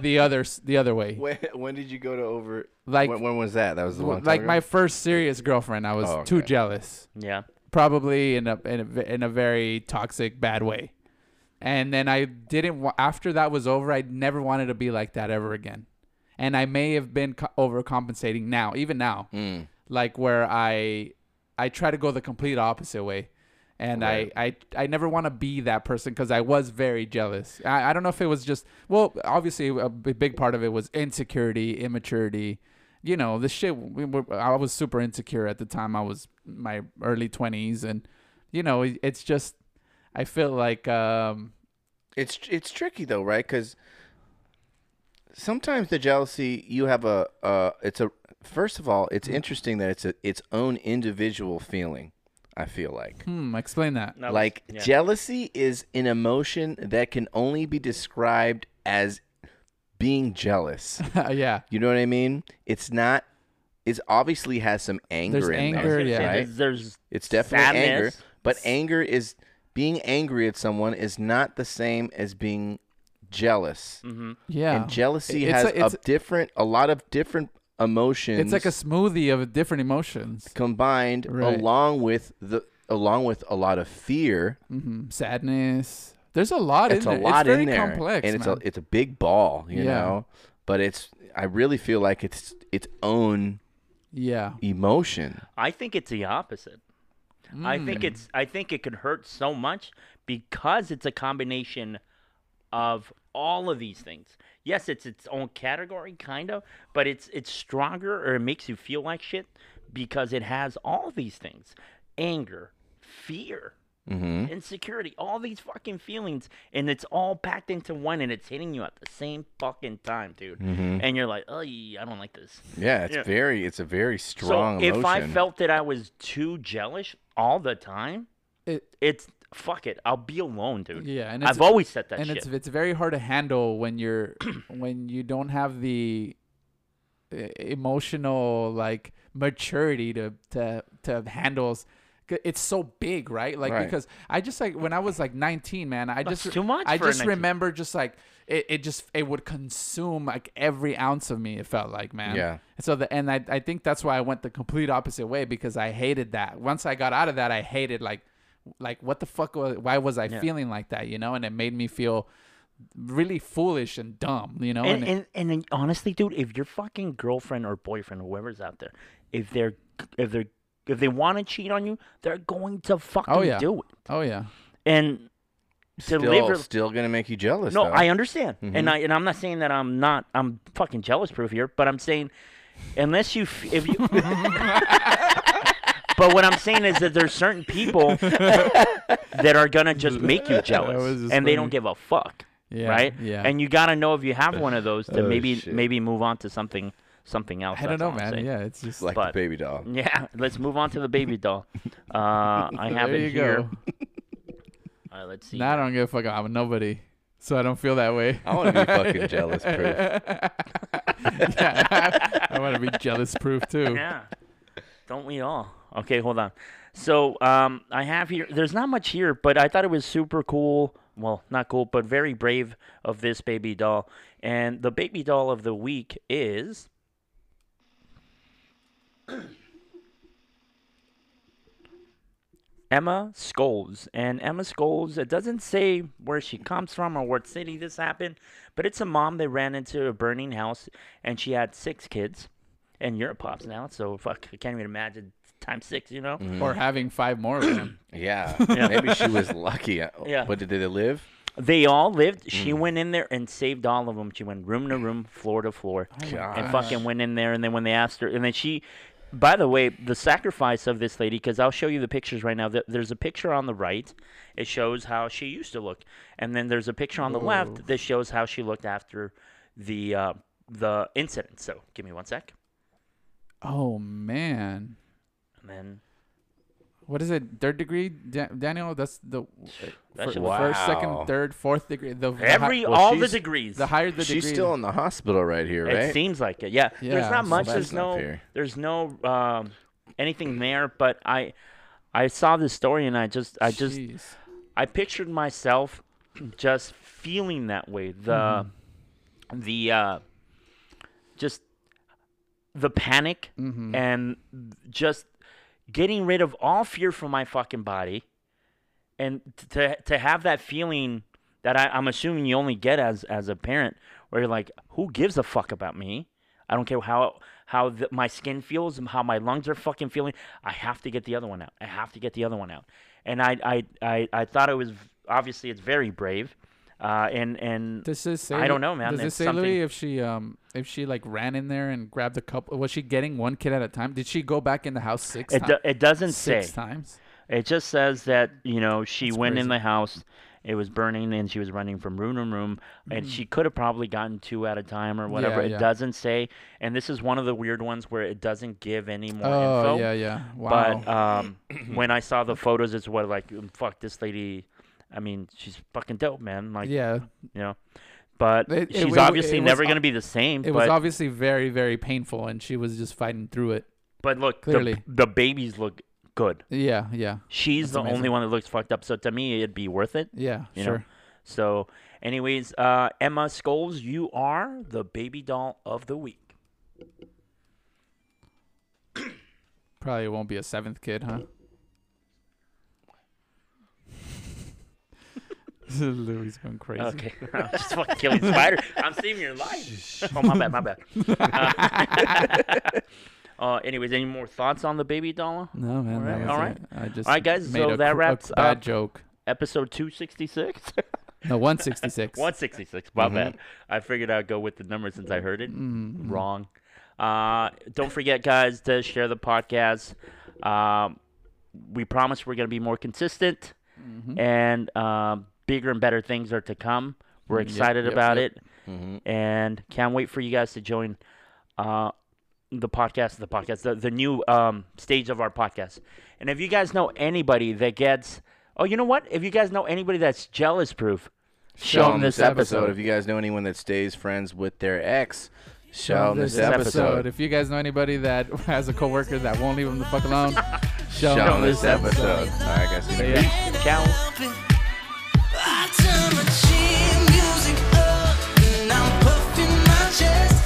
Speaker 3: the other s- the other way.
Speaker 1: when, when did you go to over?
Speaker 3: Like
Speaker 1: when, when was that? That was the one.
Speaker 3: like my first serious girlfriend, I was
Speaker 1: Oh,
Speaker 3: too
Speaker 1: okay.
Speaker 3: jealous.
Speaker 2: Yeah.
Speaker 3: probably in a in a, ve- in a very toxic bad way and then i didn't wa- after that was over i never wanted to be like that ever again and i may have been co- overcompensating now even now
Speaker 1: Mm.
Speaker 3: like where i i try to go the complete opposite way and I, I, I never want to be that person because I was very jealous. I, I don't know if it was just, well, obviously a b- big part of it was insecurity, immaturity. You know, the shit, we were, I was super insecure at the time. I was my early 20s. And, you know, it- it's just, I feel like, um,
Speaker 1: It's it's tricky though, right? Because sometimes the jealousy you have a uh, it's a first of all,
Speaker 3: Mm-hmm.
Speaker 1: it's interesting that it's a its own individual feeling. I feel like
Speaker 3: hmm, explain that.
Speaker 2: No,
Speaker 1: like
Speaker 2: yeah.
Speaker 1: jealousy is an emotion that can only be described as being jealous.
Speaker 3: yeah.
Speaker 1: you know what I mean? It's not. It's obviously has some anger
Speaker 3: There's
Speaker 1: in
Speaker 3: anger,
Speaker 1: there,
Speaker 3: yeah.
Speaker 1: right?
Speaker 2: There's, there's
Speaker 1: It's definitely anger,
Speaker 2: sadness.
Speaker 1: but anger is being angry at someone is not the same as being jealous.
Speaker 3: Yeah.
Speaker 1: And jealousy
Speaker 3: It's
Speaker 1: has
Speaker 3: a-
Speaker 1: a,
Speaker 3: it's-
Speaker 1: different, a lot of different emotions.
Speaker 3: It's like a smoothie of different emotions.
Speaker 1: combined
Speaker 3: Right.
Speaker 1: along with the along with a lot of fear.
Speaker 3: hmm Sadness. There's a lot
Speaker 1: It's
Speaker 3: in
Speaker 1: a
Speaker 3: there.
Speaker 1: lot
Speaker 3: it's very
Speaker 1: in there,
Speaker 3: complex.
Speaker 1: and it's
Speaker 3: man.
Speaker 1: a it's a big ball, you
Speaker 3: Yeah.
Speaker 1: know. But it's I really feel like it's its own
Speaker 3: yeah.
Speaker 1: emotion.
Speaker 2: I think it's the opposite. I think it's I think it could hurt so much because it's a combination of all of these things. Yes, it's its own category kind of, but it's it's stronger or it makes you feel like shit because it has all these things. Anger, fear,
Speaker 1: Mm-hmm. Hmm?
Speaker 2: insecurity, all these fucking feelings and it's all packed into one and it's hitting you at the same fucking time, dude. And you're like, "Oh, I don't like this."
Speaker 1: Yeah, it's
Speaker 2: Yeah.
Speaker 1: very it's a very strong
Speaker 2: so
Speaker 1: emotion.
Speaker 2: if I felt that I was too jealous all the time,
Speaker 3: It,
Speaker 2: it's fuck it. I'll be alone, dude.
Speaker 3: Yeah, and
Speaker 2: I've
Speaker 3: it's-
Speaker 2: always said that
Speaker 3: and
Speaker 2: shit.
Speaker 3: it's it's very hard to handle when you're when you don't have the uh, emotional like maturity to to to handle s- 'cause it's so big right like
Speaker 1: Right.
Speaker 3: because i just like when i was like 19 man i
Speaker 2: That's
Speaker 3: just
Speaker 2: too much
Speaker 3: i
Speaker 2: for a
Speaker 3: just
Speaker 2: 19.
Speaker 3: remember just like it, it just it would consume like every ounce of me it felt like man
Speaker 1: Yeah.
Speaker 3: so the and I, I think that's why i went the complete opposite way because i hated that once i got out of that i hated like like what the fuck was, why was i feeling like that you know and it made me feel really foolish and dumb you know
Speaker 2: and,
Speaker 3: it-
Speaker 2: and, and then honestly, dude, if your fucking girlfriend or boyfriend, whoever's out there, if they're if they're If they want to cheat on you, they're going to fucking
Speaker 3: yeah.
Speaker 2: do it.
Speaker 3: Oh yeah.
Speaker 2: And to
Speaker 1: Still,
Speaker 2: live your
Speaker 1: still gonna make you jealous.
Speaker 2: no,
Speaker 1: though.
Speaker 2: I understand,
Speaker 3: Mm-hmm.
Speaker 2: and I and I'm not saying that I'm not I'm fucking jealous proof here, but I'm saying unless you f- if you. but what I'm saying is that there's certain people that are gonna just make you
Speaker 3: was
Speaker 2: jealous, and
Speaker 3: just
Speaker 2: they
Speaker 3: funny.
Speaker 2: don't give a fuck,
Speaker 3: Yeah.
Speaker 2: right?
Speaker 3: Yeah.
Speaker 2: And you gotta know if you have one of those to
Speaker 1: Oh,
Speaker 2: maybe
Speaker 1: shit.
Speaker 2: maybe move on to something something else.
Speaker 3: I don't
Speaker 2: That's
Speaker 3: know,
Speaker 2: all I'm
Speaker 3: man.
Speaker 2: saying.
Speaker 3: Yeah, it's just
Speaker 1: like
Speaker 2: but-
Speaker 1: the baby doll.
Speaker 2: Yeah, let's move on to the baby doll. Uh, I have
Speaker 3: there
Speaker 2: it
Speaker 3: you
Speaker 2: here.
Speaker 3: go.
Speaker 2: All right, let's see.
Speaker 3: Now I don't give a fuck. I'm a nobody, so I don't feel that way.
Speaker 1: I want to be fucking jealous. Proof.
Speaker 3: yeah, I, want to be jealous proof too.
Speaker 2: Yeah. Don't we all? Okay, hold on. So um, I have here. There's not much here, but I thought it was super cool. Well, not cool, but very brave of this baby doll. And the baby doll of the week is. Emma Scholes. And Emma Scholes, it doesn't say where she comes from or what city this happened, but it's a mom that ran into a burning house and she had six kids. And you're a pops now, so fuck, I can't even imagine times six, you
Speaker 1: Mm-hmm.
Speaker 2: know?
Speaker 3: Or having five more of them.
Speaker 1: Yeah. Maybe she was lucky.
Speaker 2: Yeah.
Speaker 1: Yeah. But did they live?
Speaker 2: They all lived. She
Speaker 1: Mm-hmm.
Speaker 2: went in there and saved all of them. She went room to room, floor to floor, and
Speaker 1: Oh gosh.
Speaker 2: fucking went in there. And then when they asked her, and then she, by the way, the sacrifice of this lady, because I'll show you the pictures right now. Th- There's a picture on the right. It shows how she used to look, and then there's a picture on the left that shows how she looked after the uh, the incident. So give me one sec,
Speaker 3: Oh man,
Speaker 2: and then
Speaker 3: what is it? Third degree, da- Daniel. That's the
Speaker 2: That
Speaker 3: fir-
Speaker 2: should-
Speaker 3: first,
Speaker 1: Wow.
Speaker 3: second, third, fourth degree. The the hi-
Speaker 2: every
Speaker 1: well,
Speaker 2: all the
Speaker 1: she's-
Speaker 2: degrees.
Speaker 3: the higher the
Speaker 1: She's
Speaker 3: degree.
Speaker 1: still in the hospital right here,
Speaker 2: It
Speaker 1: right?
Speaker 2: seems like it. Yeah.
Speaker 3: Yeah,
Speaker 2: there's not
Speaker 3: so
Speaker 2: much.
Speaker 1: that's
Speaker 2: There's
Speaker 1: not
Speaker 2: no.
Speaker 1: fair.
Speaker 2: There's no um, anything there. But I, I saw this story and I just, I just,
Speaker 3: Jeez.
Speaker 2: I pictured myself just feeling that way.
Speaker 3: Mm-hmm.
Speaker 2: The, the, uh, just the panic and just getting rid of all fear from my fucking body, and t- to to have that feeling that I, I'm assuming you only get as as a parent, where you're like, who gives a fuck about me? I don't care how how the, my skin feels and how my lungs are fucking feeling. I have to get the other one out. I have to get the other one out. And I I I, I thought it was obviously it's very brave, uh, and and
Speaker 3: Does this say?
Speaker 2: I don't know, man.
Speaker 3: Does this
Speaker 2: It's
Speaker 3: say
Speaker 2: something-
Speaker 3: Louis if she um if she like ran in there and grabbed a couple? Was she getting one kid at a time? Did she go back in the house six
Speaker 2: it,
Speaker 3: times?
Speaker 2: do, it doesn't say.
Speaker 3: six times.
Speaker 2: It just says that you know she went in
Speaker 3: crazy.
Speaker 2: the house. It was burning, and she was running from room to room, and she could have probably gotten two at a time or whatever.
Speaker 3: Mm-hmm. Yeah,
Speaker 2: It
Speaker 3: yeah.
Speaker 2: doesn't say, and this is one of the weird ones where it doesn't give any more
Speaker 3: Oh
Speaker 2: info.
Speaker 3: yeah, yeah. Wow.
Speaker 2: But um, when I saw the photos, it's what like um, fuck this lady. I mean, she's fucking dope, man. Like
Speaker 3: yeah,
Speaker 2: you know, but
Speaker 3: It- it-
Speaker 2: she's
Speaker 3: it- it
Speaker 2: obviously
Speaker 3: was
Speaker 2: never
Speaker 3: ob-
Speaker 2: gonna be the same.
Speaker 3: it
Speaker 2: but
Speaker 3: was obviously very, very painful, and she was just fighting through it.
Speaker 2: but look, the,
Speaker 3: clearly.
Speaker 2: the babies look good.
Speaker 3: Yeah, yeah,
Speaker 2: She's the only
Speaker 3: amazing.
Speaker 2: one that looks fucked up. So to me, it'd be worth it.
Speaker 3: yeah.
Speaker 2: you know.
Speaker 3: sure.
Speaker 2: So, anyways, uh, Emma Scholes, you are the baby doll of the week.
Speaker 3: Probably won't be a seventh kid, huh? Louis going crazy.
Speaker 2: Okay, I'm just fucking killing spider. I'm saving your life. Oh my bad, my bad. Uh, Uh, anyways, any more thoughts on the baby doll?
Speaker 3: No man.
Speaker 2: Alright,
Speaker 3: that was
Speaker 2: alright.
Speaker 3: it. I just
Speaker 2: Alright, guys,
Speaker 3: made
Speaker 2: so
Speaker 3: a
Speaker 2: that
Speaker 3: cr- a
Speaker 2: wraps
Speaker 3: bad
Speaker 2: up-
Speaker 3: joke.
Speaker 2: Episode 266?
Speaker 3: No, one sixty six.
Speaker 2: 166,
Speaker 3: Mm-hmm.
Speaker 2: my bad. I figured I'd go with the number since I heard it. Wrong. Uh, don't forget, guys, to share the podcast. Um, we promise we're going to be more consistent,
Speaker 3: Mm-hmm.
Speaker 2: and um, bigger and better things are to come. We're excited
Speaker 3: Mm-hmm. yep,
Speaker 2: about
Speaker 3: yep. Mm-hmm.
Speaker 2: it, and can't wait for you guys to join uh, the podcast, the podcast, the, the new um, stage of our podcast. And if you guys know anybody that gets, oh, you know what? If you guys know anybody that's jealous proof, show, them this episode.
Speaker 1: If you guys know anyone that stays friends with their ex, show them this, episode.
Speaker 3: If you guys know anybody that has a coworker that won't leave them the fuck alone,
Speaker 1: Show
Speaker 3: show,
Speaker 1: them
Speaker 3: them
Speaker 1: this episode. All right, guys. See you next-
Speaker 2: Ciao.
Speaker 4: I turn my chin music up and I'm puffing my chest